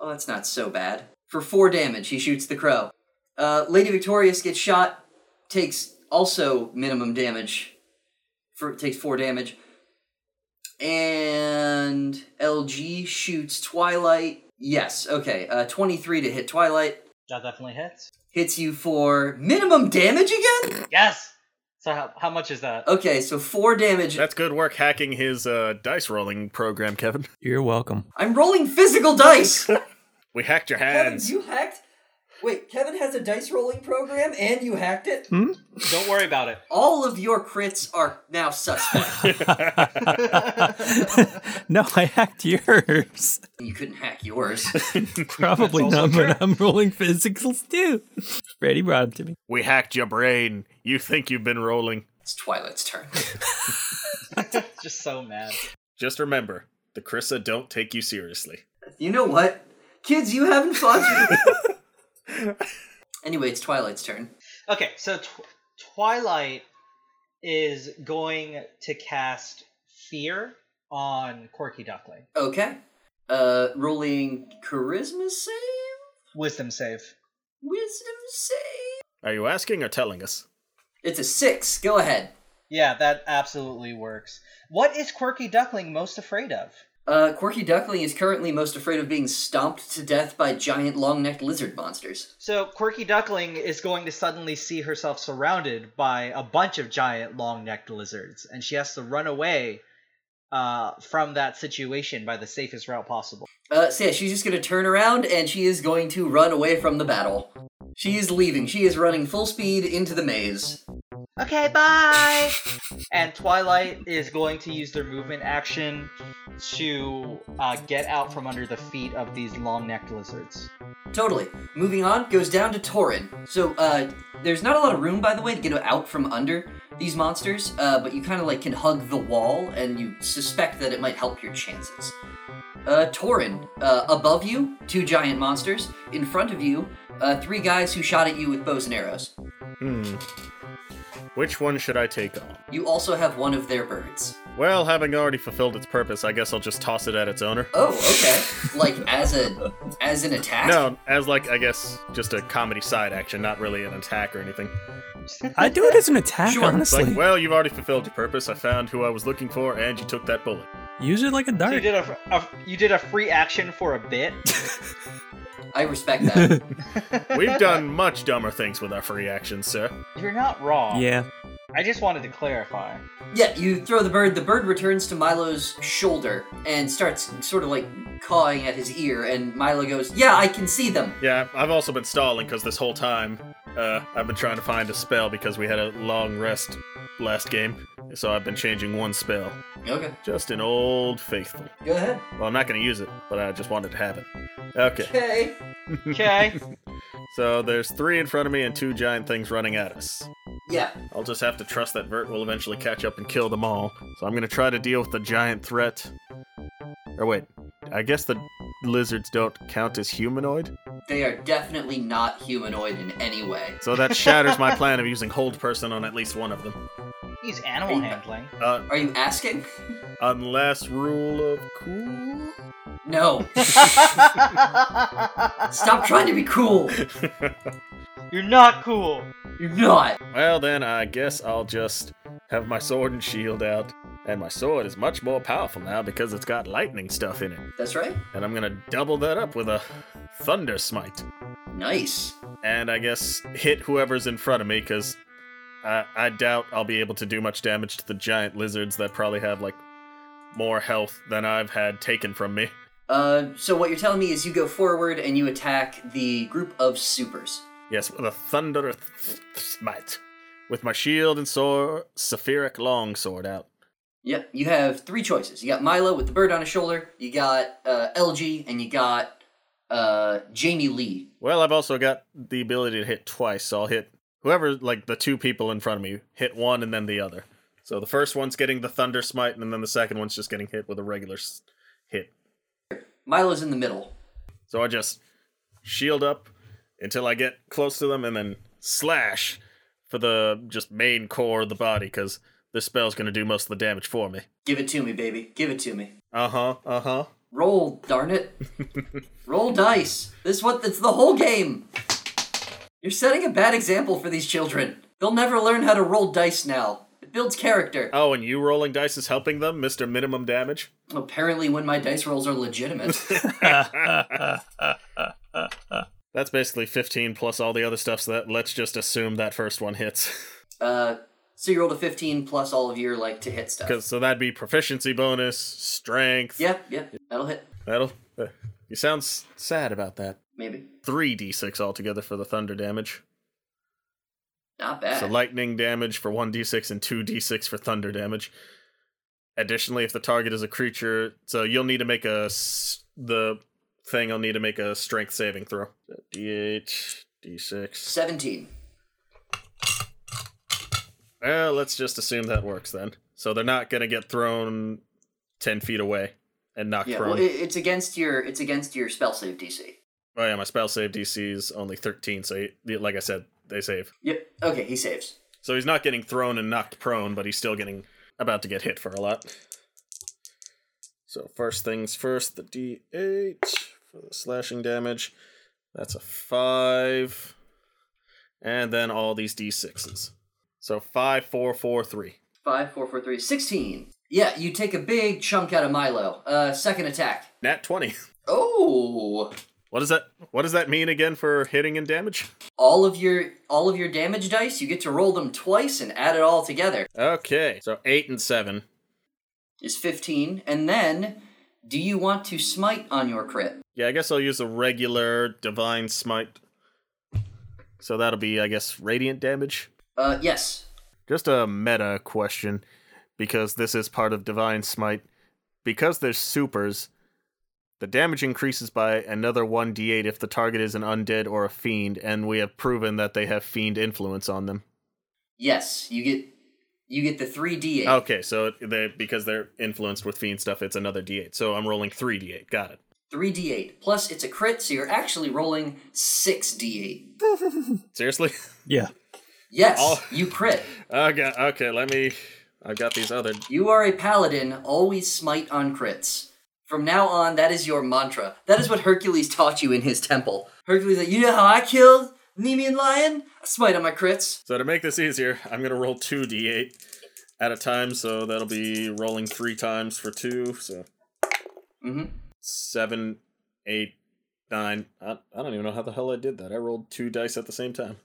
E: oh that's not so bad. For four damage, he shoots the crow. Uh, Lady Victorious gets shot, takes also minimum damage. For takes four damage. And LG shoots Twilight. Yes, okay. Uh, 23 to hit Twilight.
L: That definitely hits.
E: Hits you for minimum damage again?
L: Yes. So how, how much is that?
E: Okay, so four damage.
H: That's good work hacking his uh, dice rolling program, Kevin.
G: You're welcome.
E: I'm rolling physical dice.
H: We hacked your
E: Kevin,
H: hands.
E: you hacked Wait, Kevin has a dice rolling program and you hacked it?
L: Don't worry about it.
E: All of your crits are now suspect.
G: no, I hacked yours.
E: you couldn't hack yours.
G: Probably
E: That's also
G: not,
E: true.
G: but I'm rolling physicals too. Brady brought him to me.
H: We hacked your brain. You think you've been rolling.
E: It's Twilight's turn.
L: Just so mad.
H: Just remember, the Krissa don't take you seriously.
E: You know what? Kids, you having fun? anyway, it's Twilight's turn.
L: Okay, so tw- Twilight is going to cast Fear on Corky Duckling.
E: Okay. Uh, rolling charisma save?
L: Wisdom save.
E: Wisdom save?
H: Are you asking or telling us?
E: It's a six. Go ahead.
L: Yeah, that absolutely works. What is Quirky Duckling most afraid of?
E: Uh, Quirky Duckling is currently most afraid of being stomped to death by giant long necked lizard monsters.
L: So Quirky Duckling is going to suddenly see herself surrounded by a bunch of giant long-necked lizards, and she has to run away uh, from that situation by the safest route possible.
E: Uh, so yeah, she's just gonna turn around and she is going to run away from the battle. She is leaving. She is running full speed into the maze.
L: Okay, bye. and Twilight is going to use their movement action to uh, get out from under the feet of these long-necked lizards.
E: Totally. Moving on, goes down to Torin. So, uh, there's not a lot of room, by the way, to get out from under these monsters, uh, but you kind of like can hug the wall and you suspect that it might help your chances. Uh, Torin, uh, above you, two giant monsters. In front of you, uh, three guys who shot at you with bows and arrows.
H: Hmm. Which one should I take on?
E: You also have one of their birds.
H: Well, having already fulfilled its purpose, I guess I'll just toss it at its owner.
E: Oh, okay. like as a as an attack.
H: No, as like I guess just a comedy side action, not really an attack or anything.
G: I do it as an attack,
H: It's
G: honestly.
H: like, well, you've already fulfilled your purpose. I found who I was looking for, and you took that bullet.
G: Use it like a
L: So you
G: dart.
L: did a, a you did a free action for a bit.
E: I respect that.
H: We've done much dumber things with our free actions, sir.
L: You're not wrong.
G: Yeah.
L: I just wanted to clarify.
E: yeah, you throw the bird. The bird returns to Milo's shoulder and starts sort of like cawing at his ear. And Milo goes, "Yeah, I can see them."
H: Yeah, I've also been stalling because this whole time uh, I've been trying to find a spell because we had a long rest last game, so I've been changing one spell.
E: Okay,
H: Just an old faithful.
E: go ahead.
H: Well, I'm not going to use it, but I just wanted to have it. Okay,
E: Okay.
L: Okay.
H: so there's three in front of me and two giant things running at us.
E: Yeah.
H: I'll just have to trust that Vert will eventually catch up and kill them all. So I'm gonna try to deal with the giant threat. Or wait, I guess the lizards don't count as humanoid?
E: They are definitely not humanoid in any way.
H: So that shatters my plan of using hold person on at least one of them.
L: He's animal handling.
H: Uh,
E: Are you asking?
H: unless rule of cool?
E: No. Stop trying to be cool.
L: You're not cool.
E: You're not.
H: Well, then I guess I'll just have my sword and shield out. And my sword is much more powerful now because it's got lightning stuff in it.
E: That's right.
H: And I'm gonna double that up with a thunder smite.
E: Nice.
H: and I guess hit whoever's in front of me because I, I doubt I'll be able to do much damage to the giant lizards that probably have like more health than I've had taken from me.
E: Uh, so what you're telling me is you go forward and you attack the group of supers.
H: Yes, with a thunder th- th- smite, with my shield and sword, sapphiric longsword out.
E: Yep, you have three choices. You got Milo with the bird on his shoulder. You got uh, LG, and you got uh, Jamie Lee.
H: Well, I've also got the ability to hit twice, so I'll hit whoever, like the two people in front of me, hit one and then the other. So the first one's getting the thunder smite, and then the second one's just getting hit with a regular s- hit.
E: Milo's in the middle.
H: So I just shield up until I get close to them and then slash for the just main core of the body because this spell's going to do most of the damage for me.
E: Give it to me, baby. Give it to me.
H: Uh huh, uh huh.
E: Roll, darn it. Roll dice. This is what. It's the whole game. You're setting a bad example for these children. They'll never learn how to roll dice now. It builds character.
H: Oh, and you rolling dice is helping them, Mr. Minimum Damage?
E: Apparently, when my dice rolls are legitimate.
H: That's basically 15 plus all the other stuff, so that let's just assume that first one hits.
E: uh, so you rolled a 15 plus all of your like to hit stuff.
H: Cause, so that'd be proficiency bonus, strength.
E: Yeah, yeah, that'll hit.
H: That'll. uh, you sound s- sad about that.
E: Maybe.
H: 3d6 altogether for the thunder damage.
E: Not bad.
H: So lightning damage for 1d6 and 2d6 for thunder damage. Additionally, if the target is a creature, so you'll need to make a s- the thing will need to make a strength saving throw. D8, D6.
E: 17.
H: Well, let's just assume that works then. So they're not going to get thrown 10 feet away and knocked
E: Yeah,
H: prone.
E: well, it, it's against your it's against your spell save DC.
H: oh, yeah, my spell save DC is only 13, so he, like I said, they save.
E: Yep. Okay, he saves.
H: So he's not getting thrown and knocked prone, but he's still getting about to get hit for a lot. So first things first, the D8 for the slashing damage. That's a five, and then all these D6s. So five, four, four, three.
E: Five, four, four, three, sixteen. Yeah, you take a big chunk out of Milo. Uh, second attack.
H: Nat twenty.
E: Oh.
H: What does that What does that mean again for hitting and damage?
E: All of your all of your damage dice, you get to roll them twice and add it all together.
H: Okay, so eight and seven.
E: Is fifteen, and then do you want to smite on your crit?
H: Yeah, I guess I'll use a regular divine smite. So that'll be, I guess, radiant damage.
E: Uh, yes.
H: Just a meta question, because this is part of divine smite. Because there's supers, the damage increases by another one d8 if the target is an undead or a fiend, and we have proven that they have fiend influence on them.
E: Yes, you get you get the three d8.
H: Okay, so they because they're influenced with fiend stuff, it's another d8. So I'm rolling three d8. Got it.
E: 3d8 plus it's a crit so you're actually rolling 6d8
H: Seriously?
G: Yeah.
E: yes
H: Oh.
E: you crit
H: Okay, okay, let me. I've got these other.
E: you are a paladin always smite on crits from now on that is your mantra that is what hercules taught you in his temple hercules like you know how i killed nemean lion i smite on my crits
H: So to make this easier, I'm gonna roll two d8 at a time. So that'll be rolling three times for two. So
E: Mhm.
H: seven, eight, nine. I, I don't even know how the hell I did that. I rolled two dice at the same time.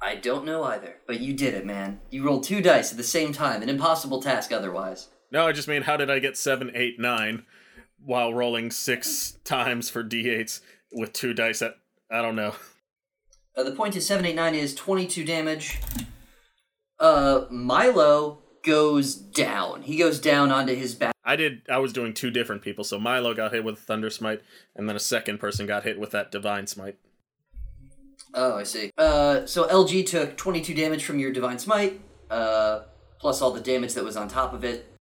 E: i don't know either but you did it man you rolled two dice at the same time an impossible task otherwise
H: No, I just mean how did I get seven, eight, nine, while rolling six times for d8s with two dice at I don't know.
E: Uh, the point is 789 is 22 damage. Uh, Milo goes down. He goes down onto his back.
H: I did. I was doing two different people. So Milo got hit with thunder smite, and then a second person got hit with that divine smite.
E: Oh, I see. Uh, so LG took 22 damage from your Divine Smite, uh, plus all the damage that was on top of it.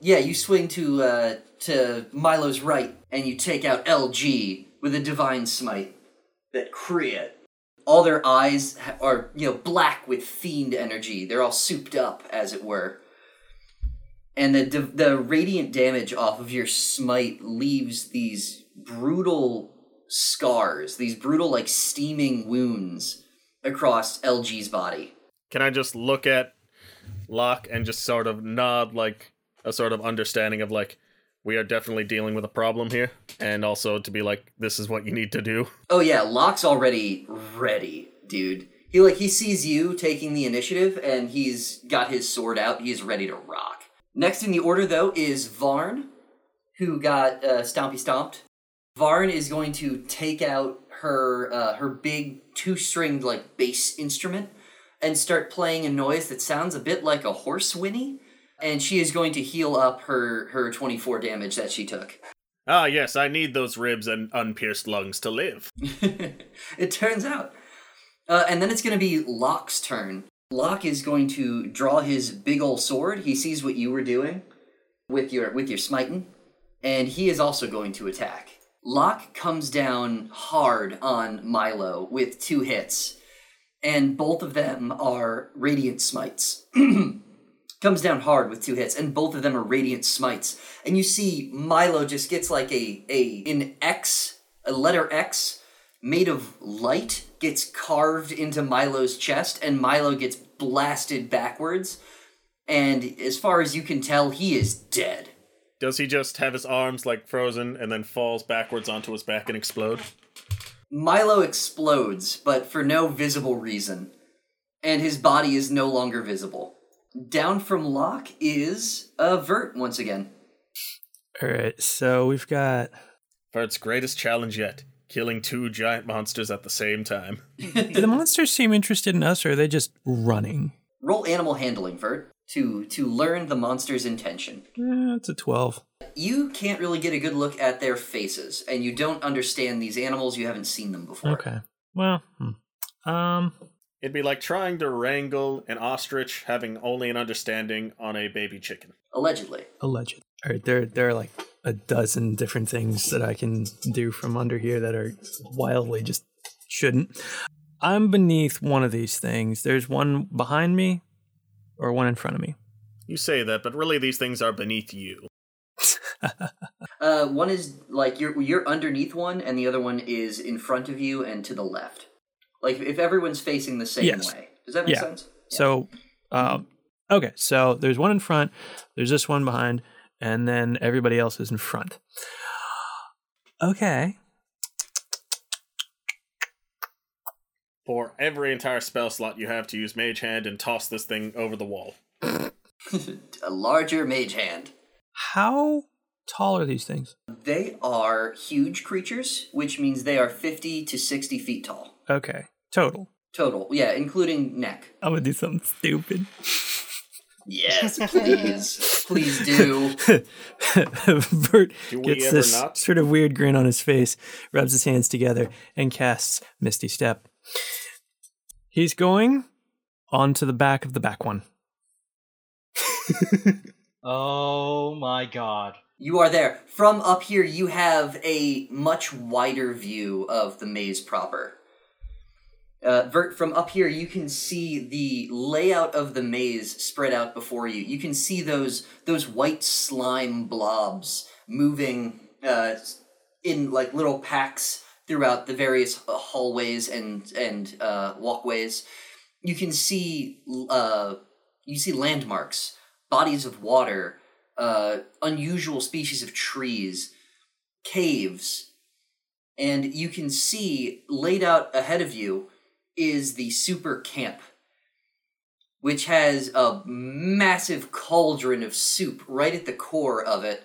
E: Yeah, you swing to, uh, to Milo's right, and you take out LG with a Divine Smite. That crit. All their eyes ha- are, you know, black with fiend energy. They're all souped up, as it were. And the, div- the radiant damage off of your smite leaves these brutal scars, these brutal, like steaming wounds across LG's body.
H: Can I just look at Locke and just sort of nod, like a sort of understanding of like we are definitely dealing with a problem here, and also to be like this is what you need to do.
E: Oh yeah, Locke's already ready, dude. He like he sees you taking the initiative and he's got his sword out. He's ready to rock. Next in the order though is Varn, who got uh, stompy stomped. Varn is going to take out her uh, her big two stringed like bass instrument and start playing a noise that sounds a bit like a horse whinny. And she is going to heal up her her twenty four damage that she took.
H: Ah, yes, I need those ribs and unpierced lungs to live.
E: it turns out. Uh, and then it's going to be Locke's turn. Locke is going to draw his big ol' sword. He sees what you were doing with your with your smiting, and he is also going to attack. Locke comes down hard on Milo with two hits, and both of them are radiant smites. comes down hard with two hits, and both of them are radiant smites. And you see Milo just gets like a a an X, a letter X made of light gets carved into Milo's chest, and Milo gets blasted backwards. And as far as you can tell, he is dead.
H: Does he just have his arms like frozen and then falls backwards onto his back and explode?
E: Milo explodes, but for no visible reason. And his body is no longer visible. Down from Locke is a Vert once again.
G: All right. So we've got
H: For its greatest challenge yet, killing two giant monsters at the same time.
G: Do the monsters seem interested in us, or are they just running?
E: Roll animal handling, Vert, to to learn the monster's intention.
G: Eh, it's a 12.
E: You can't really get a good look at their faces, and you don't understand these animals. You haven't seen them before.
G: Okay. Well, hmm. um,
H: It'd be like trying to wrangle an ostrich having only an understanding on a baby chicken.
E: Allegedly.
G: alleged. All right, there, there are like a dozen different things that I can do from under here that are wildly just shouldn't. I'm beneath one of these things. There's one behind me or one in front of me.
H: You say that, but really these things are beneath you.
E: Uh, one is like you're you're underneath one, and the other one is in front of you and to the left. Like if everyone's facing the same
G: Yes.
E: way. Does that make
G: yeah.
E: sense?
G: So, um, okay, so there's one in front, there's this one behind, and then everybody else is in front. Okay.
H: For every entire spell slot, you have to use Mage Hand and toss this thing over the wall.
E: a larger mage hand.
G: How tall are these things?
E: They are huge creatures, which means they are 50 to 60 feet tall
G: Okay, total.
E: total. Yeah, including neck.
G: I'm gonna do something stupid.
E: Yes, please. please do.
G: Bert
E: Do we
G: gets
E: ever
G: this
E: not?
G: sort of weird grin on his face, rubs his hands together, and casts Misty Step. He's going onto the back of the back one.
E: Oh my god. You are there. From up here, you have a much wider view of the maze proper. Uh, Vert, from up here, you can see the layout of the maze spread out before you. You can see those those white slime blobs moving uh, in like little packs throughout the various uh, hallways and and uh, walkways. You can see uh, you see landmarks, bodies of water, uh, unusual species of trees, caves, and you can see laid out ahead of you is the super camp, which has a massive cauldron of soup right at the core of it,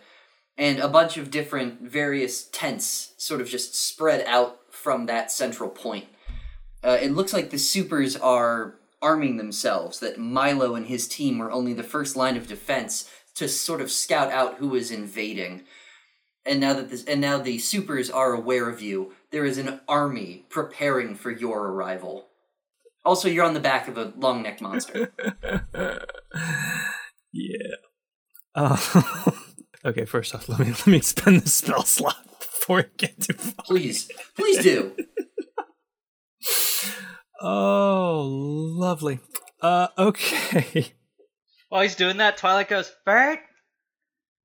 E: and a bunch of different various tents sort of just spread out from that central point. Uh, it looks like the supers are arming themselves, that Milo and his team were only the first line of defense to sort of scout out who was invading. And now that this, and now the supers are aware of you, there is an army preparing for your arrival. Also, you're on the back of a long neck monster.
G: Yeah. Uh, okay, first off, let me let me expend the spell slot before I get too far.
E: Please, please do.
G: Oh, lovely. Uh, okay.
L: While he's doing that, Twilight goes, Bert?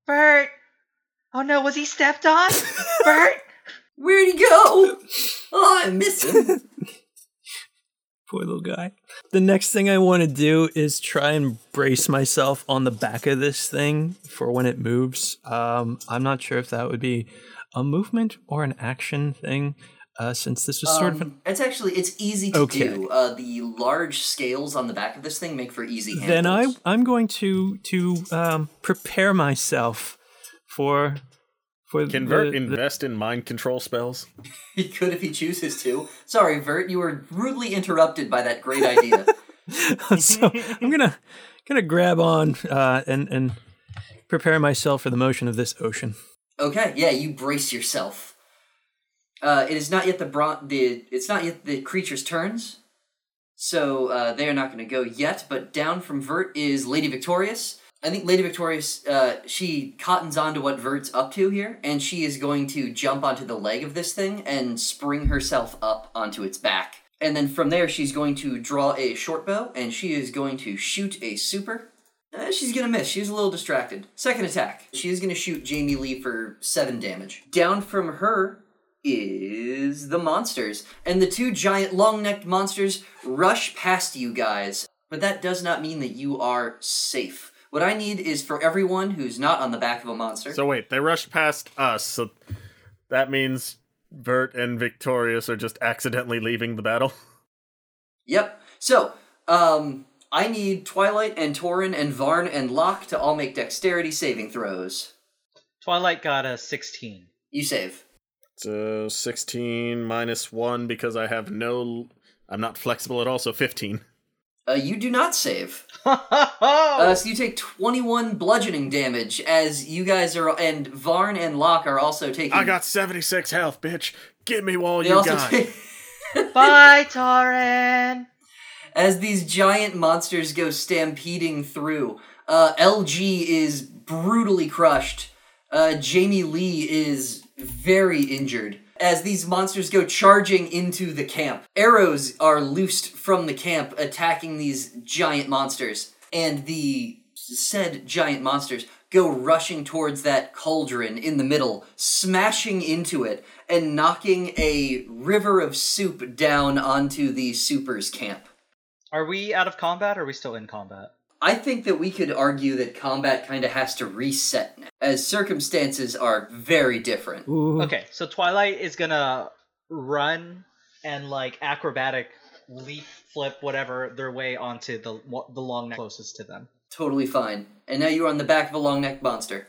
L: Bert? Oh no, was he stepped on? Bert?
E: Where'd he go? Oh, I miss him.
G: Poor little guy. The next thing I want to do is try and brace myself on the back of this thing for when it moves. Um, I'm not sure if that would be a movement or an action thing, uh, since this was sort of an
E: Um, it's actually it's easy to
G: Okay.
E: do. Uh, the large scales on the back of this thing make for easy handling.
G: then I I'm going to to um, prepare myself for for
H: Convert,
G: the,
H: invest in mind control spells.
E: He could if he chooses to. Sorry, Vert, you were rudely interrupted by that great idea.
G: so I'm gonna gonna grab on uh, and and prepare myself for the motion of this ocean.
E: okay, yeah, you brace yourself. Uh, it is not yet the bron- the it's not yet the creature's turns, so uh, they are not going to go yet. But down from Vert is Lady Victorious. I think Lady Victorious uh, she cottons on to what Vert's up to here, and she is going to jump onto the leg of this thing and spring herself up onto its back. And then from there, she's going to draw a short bow, and she is going to shoot a super. Uh, she's gonna miss. She's a little distracted. Second attack. She is gonna shoot Jamie Lee for seven damage. Down from her is the monsters. And the two giant long necked monsters rush past you guys. But that does not mean that you are safe. What I need is for everyone who's not on the back of a monster.
H: So wait, they rushed past us, so that means Bert and Victorious are just accidentally leaving the battle.
E: Yep. So, um, I need Twilight and Torin and Varn and Locke to all make dexterity saving throws.
L: Twilight got a 16.
E: You save.
H: So 16 minus 1 because I have no. I'm not flexible at all, so 15.
E: Uh, you do not save. uh, so you take 21 bludgeoning damage as you guys are, and Varn and Locke are also taking.
H: I got 76 health, bitch. Give me all
E: They
H: you
E: also
H: got.
E: take-
K: Bye, Torin.
E: as these giant monsters go stampeding through. Uh, LG is brutally crushed. Uh, Jamie Lee is very injured. As these monsters go charging into the camp, arrows are loosed from the camp, attacking these giant monsters. And the said giant monsters go rushing towards that cauldron in the middle, smashing into it, and knocking a river of soup down onto the super's camp.
L: Are we out of combat or are we still in combat?
E: I think that we could argue that combat kind of has to reset now, as circumstances are very different.
L: Okay, so Twilight is gonna run and like acrobatic leap, flip, whatever their way onto the the long neck closest to them.
E: Totally fine. And now you're on the back of a long necked monster.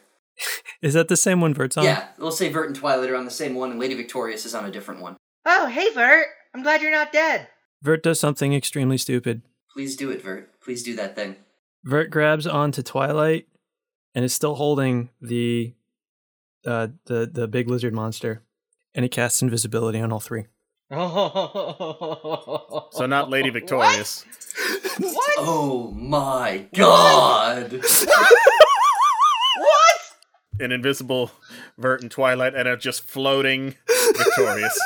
G: Is that the same one Vert's on?
E: Yeah, we'll say Vert and Twilight are on the same one, and Lady Victorious is on a different one.
K: Oh, hey, Vert. I'm glad you're not dead.
G: Vert does something extremely stupid.
E: Please do it, Vert. Please do that thing.
G: Vert grabs onto Twilight and is still holding the uh, the the big lizard monster, and he casts invisibility on all three.
H: So not Lady Victorious.
K: What?
E: Oh my god!
K: What?
H: An invisible Vert and Twilight and a just floating Victorious.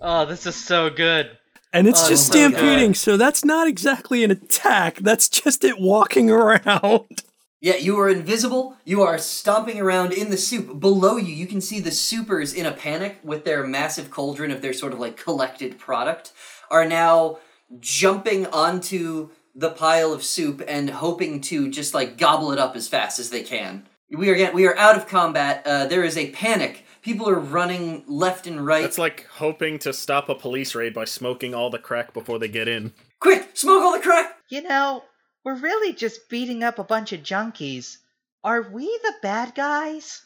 L: Oh, this is so good.
G: And it's
L: Oh my
G: just
L: God.
G: stampeding, so that's not exactly an attack. That's just it walking around.
E: Yeah, you are invisible. You are stomping around in the soup. Below you, you can see the supers in a panic with their massive cauldron of their sort of like collected product are now jumping onto the pile of soup and hoping to just like gobble it up as fast as they can. We are get, we are out of combat. Uh, there is a panic. People are running left and right.
H: That's like hoping to stop a police raid by smoking all the crack before they get in.
E: Quick, smoke all the crack.
K: You know, we're really just beating up a bunch of junkies. Are we the bad guys?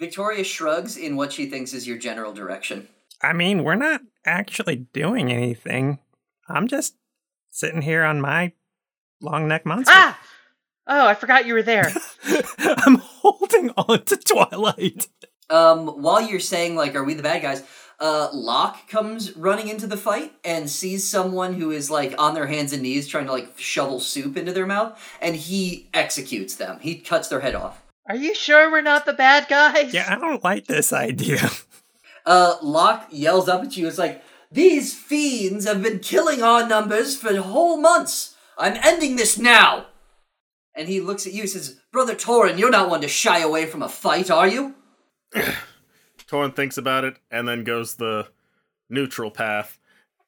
E: Victoria shrugs in what she thinks is your general direction.
G: I mean, we're not actually doing anything. I'm just sitting here on my long neck monster.
K: Ah! Oh, I forgot you were there.
G: holding on to Twilight.
E: Um, while you're saying like, "Are we the bad guys?" Uh, Locke comes running into the fight and sees someone who is like on their hands and knees trying to like shovel soup into their mouth, and he executes them. He cuts their head off.
K: Are you sure we're not the bad guys?
G: Yeah, I don't like this idea.
E: Uh, Locke yells up at you. It's like these fiends have been killing our numbers for whole months. I'm ending this now. And he looks at you. and Says, "Brother Torin, you're not one to shy away from a fight, are you?"
H: Torn thinks about it and then goes the neutral path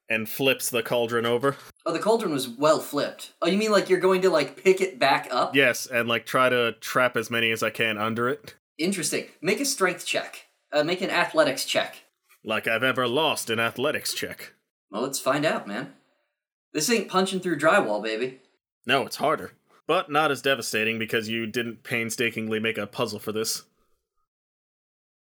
H: and flips the cauldron over.
E: Oh, the cauldron was well flipped. Oh, you mean like you're going to like pick it back up?
H: Yes, and like try to trap as many as I can under it.
E: Interesting. Make a strength check. Uh, make an athletics check.
H: Like I've ever lost an athletics check.
E: Well, let's find out, man. This ain't punching through drywall, baby.
H: No, it's harder. But not as devastating because you didn't painstakingly make a puzzle for this.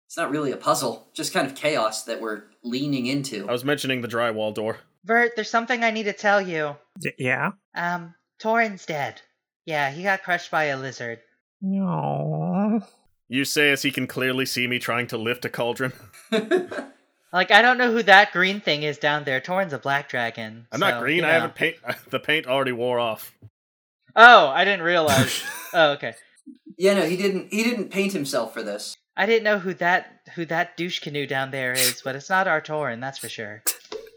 E: It's not really a puzzle, just kind of chaos that we're leaning into.
H: I was mentioning the drywall door.
K: Vert, there's something I need to tell you.
G: yeah?
K: Um, Torin's dead. Yeah, he got crushed by a lizard.
G: No.
H: You say as he can clearly see me trying to lift a cauldron.
K: Like, I don't know who that green thing is down there. Torin's a black dragon.
H: I'm
K: so,
H: not green.
K: you
H: I
K: know.
H: haven't paint. The paint already wore off.
K: Oh, I didn't realize. oh, okay.
E: Yeah, no, he didn't. He didn't paint himself for this.
K: I didn't know who that who that douche canoe down there is, but it's not our Torin, that's for sure.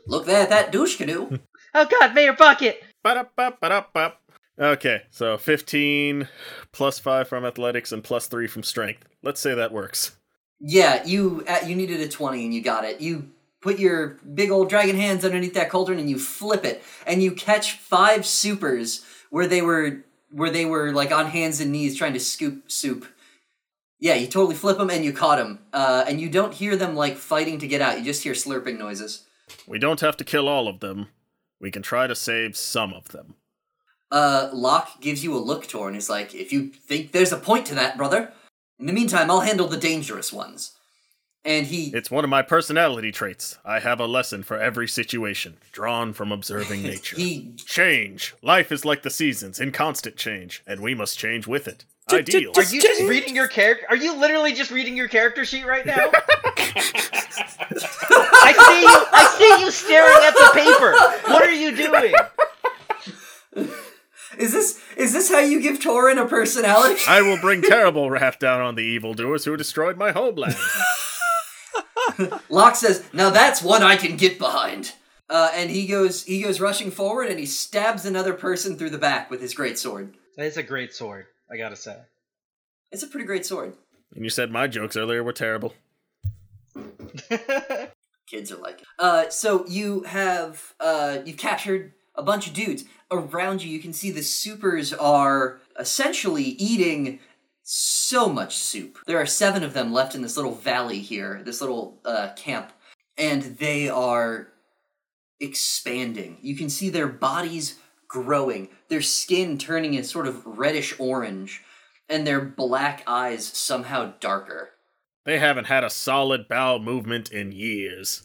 E: Look there, that douche canoe.
K: Oh God, Mayor Bucket.
H: Ba-da-ba, ba-da-ba. Okay, so 15 plus 5 from athletics and plus 3 from strength. Let's say that works.
E: Yeah, you uh, you needed a twenty and you got it. You put your big old dragon hands underneath that cauldron and you flip it, and you catch five supers where they were where they were like on hands and knees trying to scoop soup. Yeah, you totally flip them and you caught them, uh, and you don't hear them like fighting to get out. You just hear slurping noises.
H: We don't have to kill all of them. We can try to save some of them.
E: Uh, Locke gives you a look, Tor, and is like, "If you think there's a point to that, brother. In the meantime, I'll handle the dangerous ones." And he.
H: It's one of my personality traits. I have a lesson for every situation, drawn from observing nature.
E: He-
H: Change. Life is like the seasons, in constant change, and we must change with it.
L: Are
H: Ideal.
L: you just reading your character? Are you literally just reading your character sheet right now? I see you. I see you staring at the paper. What are you doing?
E: Is this is this how you give Torin a personality?
H: I will bring terrible wrath down on the evildoers who destroyed my homeland.
E: Locke says, "Now that's one I can get behind." Uh, and he goes he goes rushing forward and he stabs another person through the back with his great sword.
L: It's a great sword. I gotta say.
E: It's a pretty great sword.
H: And you said my jokes earlier were terrible.
E: Kids are like. it. Uh, so you have uh, you've captured a bunch of dudes around you. You can see the supers are essentially eating so much soup. There are seven of them left in this little valley here, this little uh, camp, and they are expanding. You can see their bodies growing, their skin turning a sort of reddish orange, and their black eyes somehow darker.
H: They haven't had a solid bowel movement in years.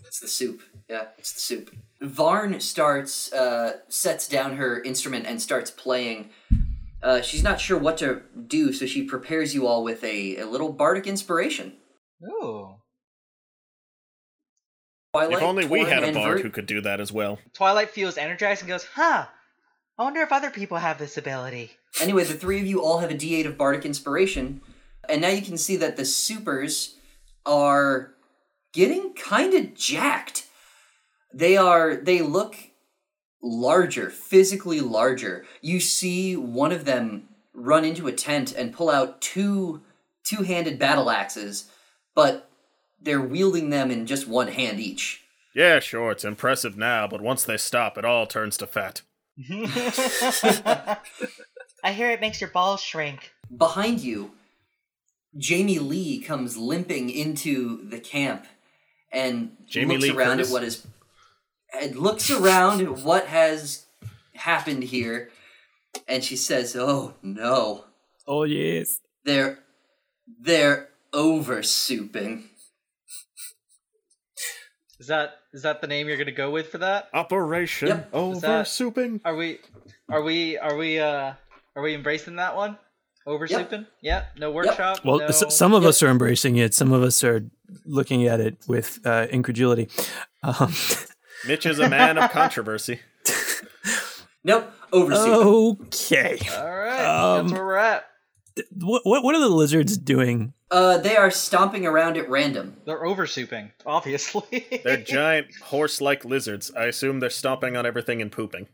E: It's the soup. Yeah, it's the soup. Varn starts, uh, sets down her instrument and starts playing. Uh, she's not sure what to do, so she prepares you all with a, a little bardic inspiration.
L: Ooh.
H: if only we
E: Torrin,
H: had a
E: and
H: bard
E: Vert-
H: who could do that as well.
L: Twilight feels energized and goes, "Huh? I wonder if other people have this ability."
E: Anyway, the three of you all have a D8 of bardic inspiration, and now you can see that the supers are getting kind of jacked. They are. They look larger, physically larger. You see one of them run into a tent and pull out two two-handed battle axes, but they're wielding them in just one hand each.
H: Yeah, sure, it's impressive now, but once they stop, it all turns to fat.
L: I hear it makes your balls shrink.
E: behind you, Jamie Lee comes limping into the camp and
H: Jamie
E: looks
H: Lee
E: around
H: Curtis?
E: at what is and looks around at what has happened here, and she says, "Oh no!
G: Oh yes.
E: They're they're over souping."
L: Is that is that the name you're gonna go with for that?
H: Operation
E: Yep.
L: Is that- Are we are we are we uh are we embracing that one? Over souping? Yeah. No workshop.
G: Well,
L: no...
G: s- some of us are embracing it. Some of us are looking at it with uh, incredulity. Um,
H: Mitch is a man of controversy.
E: Nope, over
G: okay.
L: All right,
G: Oh, Um,
L: that's where we're at.
G: What, what what are the lizards doing?
E: Uh, they are stomping around at random.
L: They're over souping, obviously.
H: They're giant horse like lizards. I assume they're stomping on everything and pooping.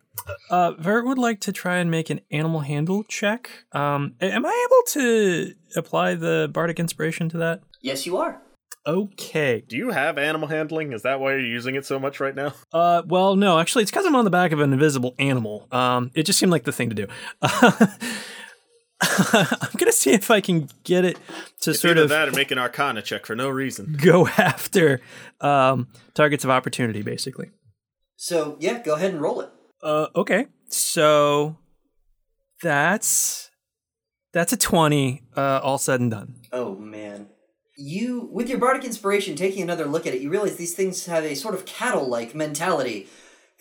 G: Uh, Vert would like to try and make an animal handle check. Um, a- am I able to apply the bardic inspiration to that?
E: Yes, you are.
G: Okay.
H: Do you have animal handling? Is that why you're using it so much right now?
G: Uh, well, no, actually, it's because I'm on the back of an invisible animal. Um, it just seemed like the thing to do. I'm gonna see if I can get it to
H: It's
G: sort
H: either
G: of
H: that or make an arcana check for no reason.
G: go after um, targets of opportunity, basically.
E: So yeah, go ahead and roll it.
G: Uh, okay, so that's that's a twenty. Uh, all said and done.
E: Oh man. You with your bardic inspiration taking another look at it, you realize these things have a sort of cattle-like mentality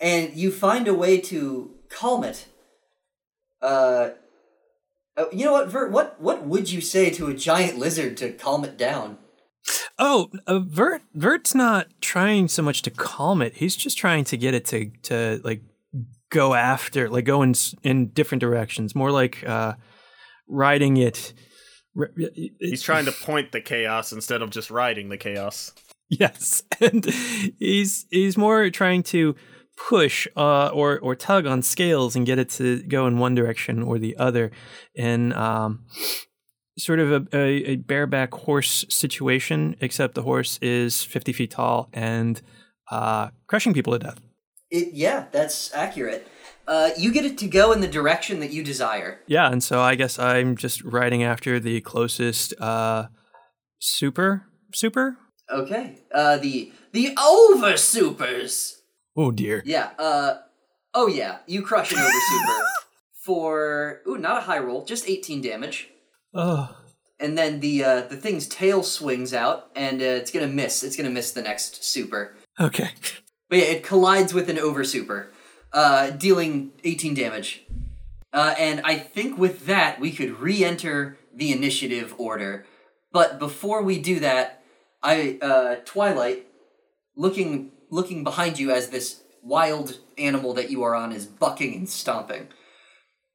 E: and you find a way to calm it. Uh oh, you know what, Vert, what what would you say to a giant lizard to calm it down?
G: Oh, uh, Vert Vert's not trying so much to calm it. He's just trying to get it to to like go after, like go in s- in different directions, more like uh, riding it. r-
H: He's trying to point the chaos instead of just riding the chaos.
G: Yes, and he's he's more trying to push uh, or or tug on scales and get it to go in one direction or the other, in um, sort of a, a, a bareback horse situation. Except the horse is fifty feet tall and uh, crushing people to death.
E: It yeah, that's accurate. Uh you get it to go in the direction that you desire.
G: Yeah, and so I guess I'm just riding after the closest uh, super super.
E: Okay. Uh the the over supers.
G: Oh dear.
E: Yeah. Uh, oh yeah. You crush an over super for ooh, not a high roll, just eighteen damage.
G: Oh.
E: and then the uh, the thing's tail swings out, and uh, it's gonna miss. It's gonna miss the next super.
G: Okay.
E: But yeah, it collides with an over super, uh, dealing 18 damage. Uh, and I think with that, we could re enter the initiative order. But before we do that, I uh, Twilight, looking looking behind you as this wild animal that you are on is bucking and stomping.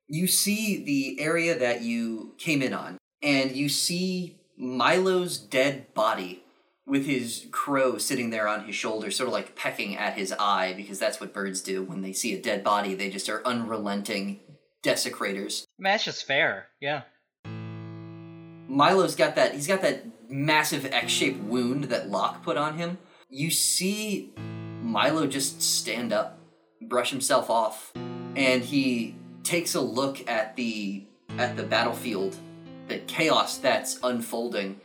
E: You see the area that you came in on, and you see Milo's dead body with his crow sitting there on his shoulder, sort of like pecking at his eye, because that's what birds do when they see a dead body. They just are unrelenting desecrators.
L: I mean, that's just fair. Yeah.
E: Milo's got that. He's got that massive X-shaped wound that Locke put on him. You see Milo just stand up, brush himself off, and he takes a look at the at the battlefield, the chaos that's unfolding,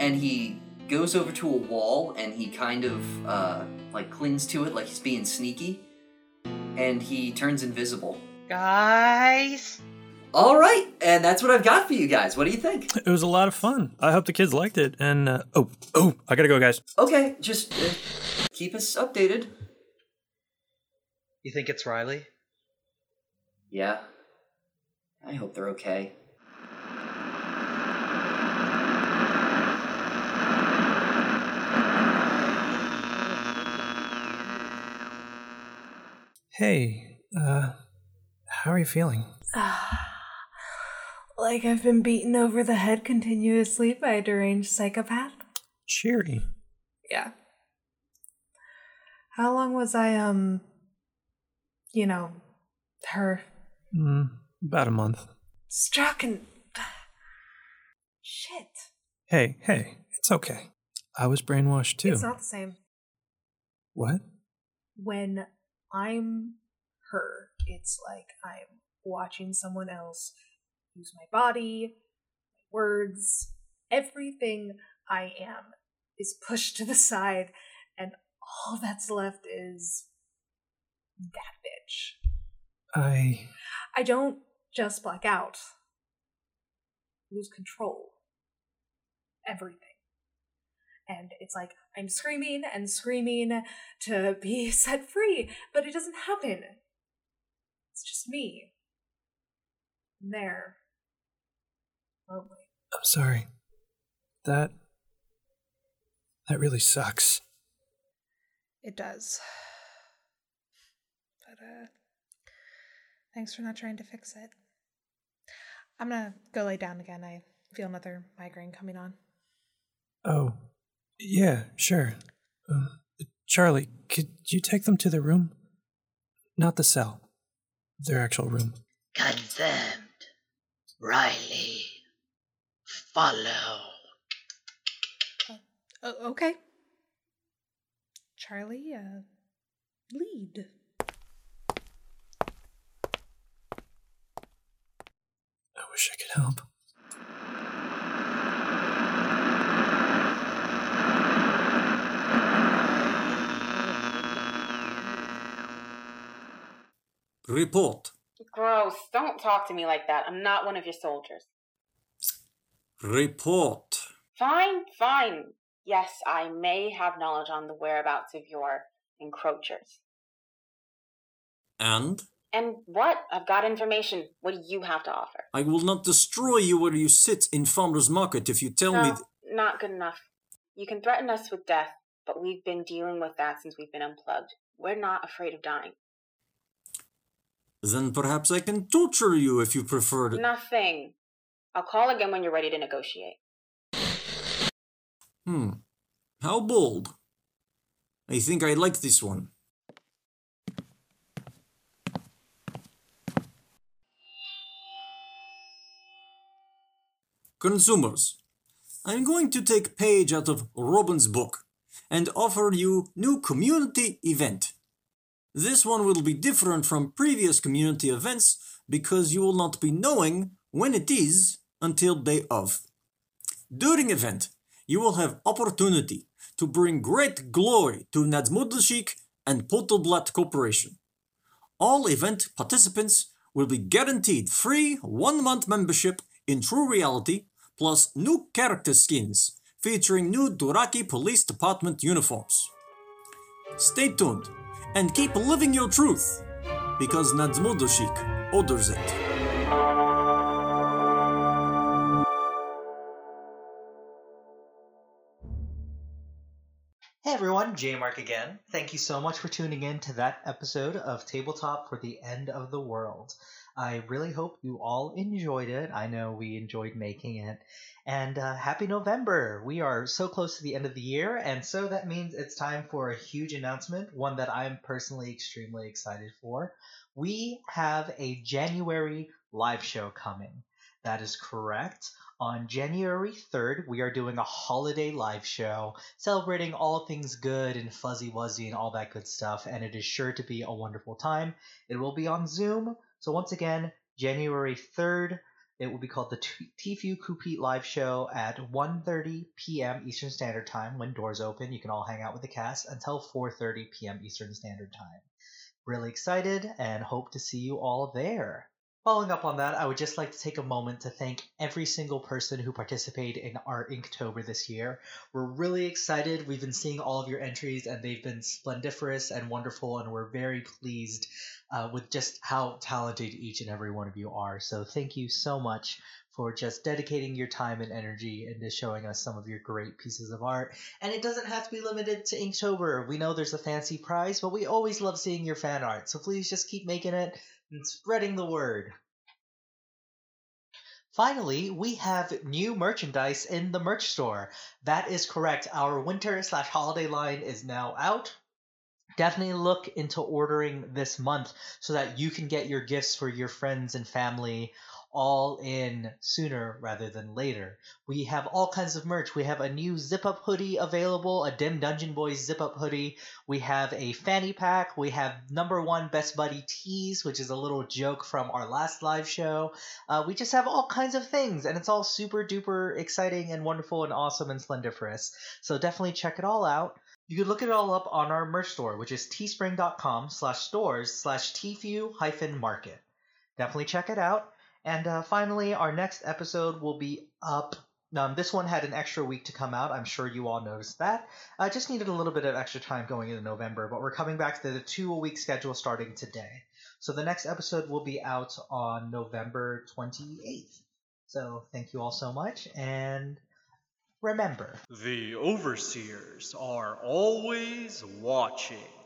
E: and he goes over to a wall and he kind of uh, like clings to it like he's being sneaky, and he turns invisible.
K: Guys,
E: All right, and that's what I've got for you guys. What do you think?
G: It was a lot of fun. I hope the kids liked it. And uh, oh, oh, I gotta go, guys.
E: Okay, just uh, keep us updated.
L: You think it's Riley?
E: Yeah. I hope they're okay.
G: Hey, uh, how are you feeling?
M: like I've been beaten over the head continuously by a deranged psychopath.
G: Cheery.
M: Yeah. How long was I, um, you know, her
G: Mm, about a month.
M: struck and. Shit.
G: Hey, hey, it's okay. I was brainwashed too.
M: It's not the same.
G: what?
M: When I'm her, it's like I'm watching someone else use my body, my words, everything I am is pushed to the side, and all that's left is that bitch.
G: I.
M: I don't just black out. Lose control. Everything. And it's like I'm screaming and screaming to be set free, but it doesn't happen. It's just me. I'm there. Lonely.
G: I'm sorry. That. That really sucks.
M: It does. But uh thanks for not trying to fix it. I'm gonna go lay down again. I feel another migraine coming on.
G: Oh, yeah, sure. Um, Charlie, could you take them to the room? Not the cell, their actual room.
N: Condemned. Riley. Follow.
M: Oh, okay. Charlie, uh lead.
G: I wish I could help.
C: Report.
O: Gross. Don't talk to me like that. I'm not one of your soldiers.
C: Report.
O: Fine, fine. Yes, I may have knowledge on the whereabouts of your encroachers.
C: And
O: And what? I've got information. What do you have to offer?
C: I will not destroy you where you sit in farmer's market if you tell
O: no,
C: me. Th-
O: not good enough. You can threaten us with death, but we've been dealing with that since we've been unplugged. We're not afraid of dying.
C: then perhaps I can torture you if you prefer it.
O: Nothing. I'll call again when you're ready to negotiate.
C: Hmm. How bold. I think I like this one. Consumers, I'm going to take page out of Robin's book and offer you new community event. This one will be different from previous community events because you will not be knowing when it is until day of. During event, you will have opportunity to bring great glory to Nadmudlashik and Potelblatt Corporation. All event participants will be guaranteed free one month membership in True Reality plus new character skins featuring new Duraki Police Department uniforms. Stay tuned and keep living your truth because Nadsmodoshik orders it.
A: Hey everyone, J Mark again. Thank you so much for tuning in to that episode of Tabletop for the End of the World. I really hope you all enjoyed it. I know we enjoyed making it. And uh, happy November! We are so close to the end of the year, and so that means it's time for a huge announcement, one that I'm personally extremely excited for. We have a January live show coming. That is correct. On January 3rd, we are doing a holiday live show celebrating all things good and fuzzy wuzzy and all that good stuff, and it is sure to be a wonderful time. It will be on Zoom. So, once again, January 3rd, it will be called the T- TFU Coupete Live Show at 1.30 p.m. Eastern Standard Time when doors open. You can all hang out with the cast until 4.30 p.m. Eastern Standard Time. Really excited and hope to see you all there. Following up on that, I would just like to take a moment to thank every single person who participated in our Inktober this year. We're really excited. We've been seeing all of your entries, and they've been splendiferous and wonderful, and we're very pleased uh, with just how talented each and every one of you are. So, thank you so much for just dedicating your time and energy into showing us some of your great pieces of art. And it doesn't have to be limited to Inktober. We know there's a fancy prize, but we always love seeing your fan art. So, please just keep making it and spreading the word. Finally, we have new merchandise in the merch store. That is correct. Our winter slash holiday line is now out. Definitely look into ordering this month so that you can get your gifts for your friends and family all in sooner rather than later. We have all kinds of merch. We have a new zip up hoodie available, a Dim Dungeon Boys zip up hoodie. We have a fanny pack. We have number one Best Buddy tees, which is a little joke from our last live show. Uh, we just have all kinds of things, and it's all super duper exciting and wonderful and awesome and splendiferous. So definitely check it all out. You can look it all up on our merch store, which is teespring.com slash stores slash tfue hyphen market. Definitely check it out. And uh, finally, our next episode will be up. Um, this one had an extra week to come out. I'm sure you all noticed that. I just needed a little bit of extra time going into November, but we're coming back to the two a week schedule starting today. So the next episode will be out on November 28th. So thank you all so much, and remember.
P: The overseers are always watching.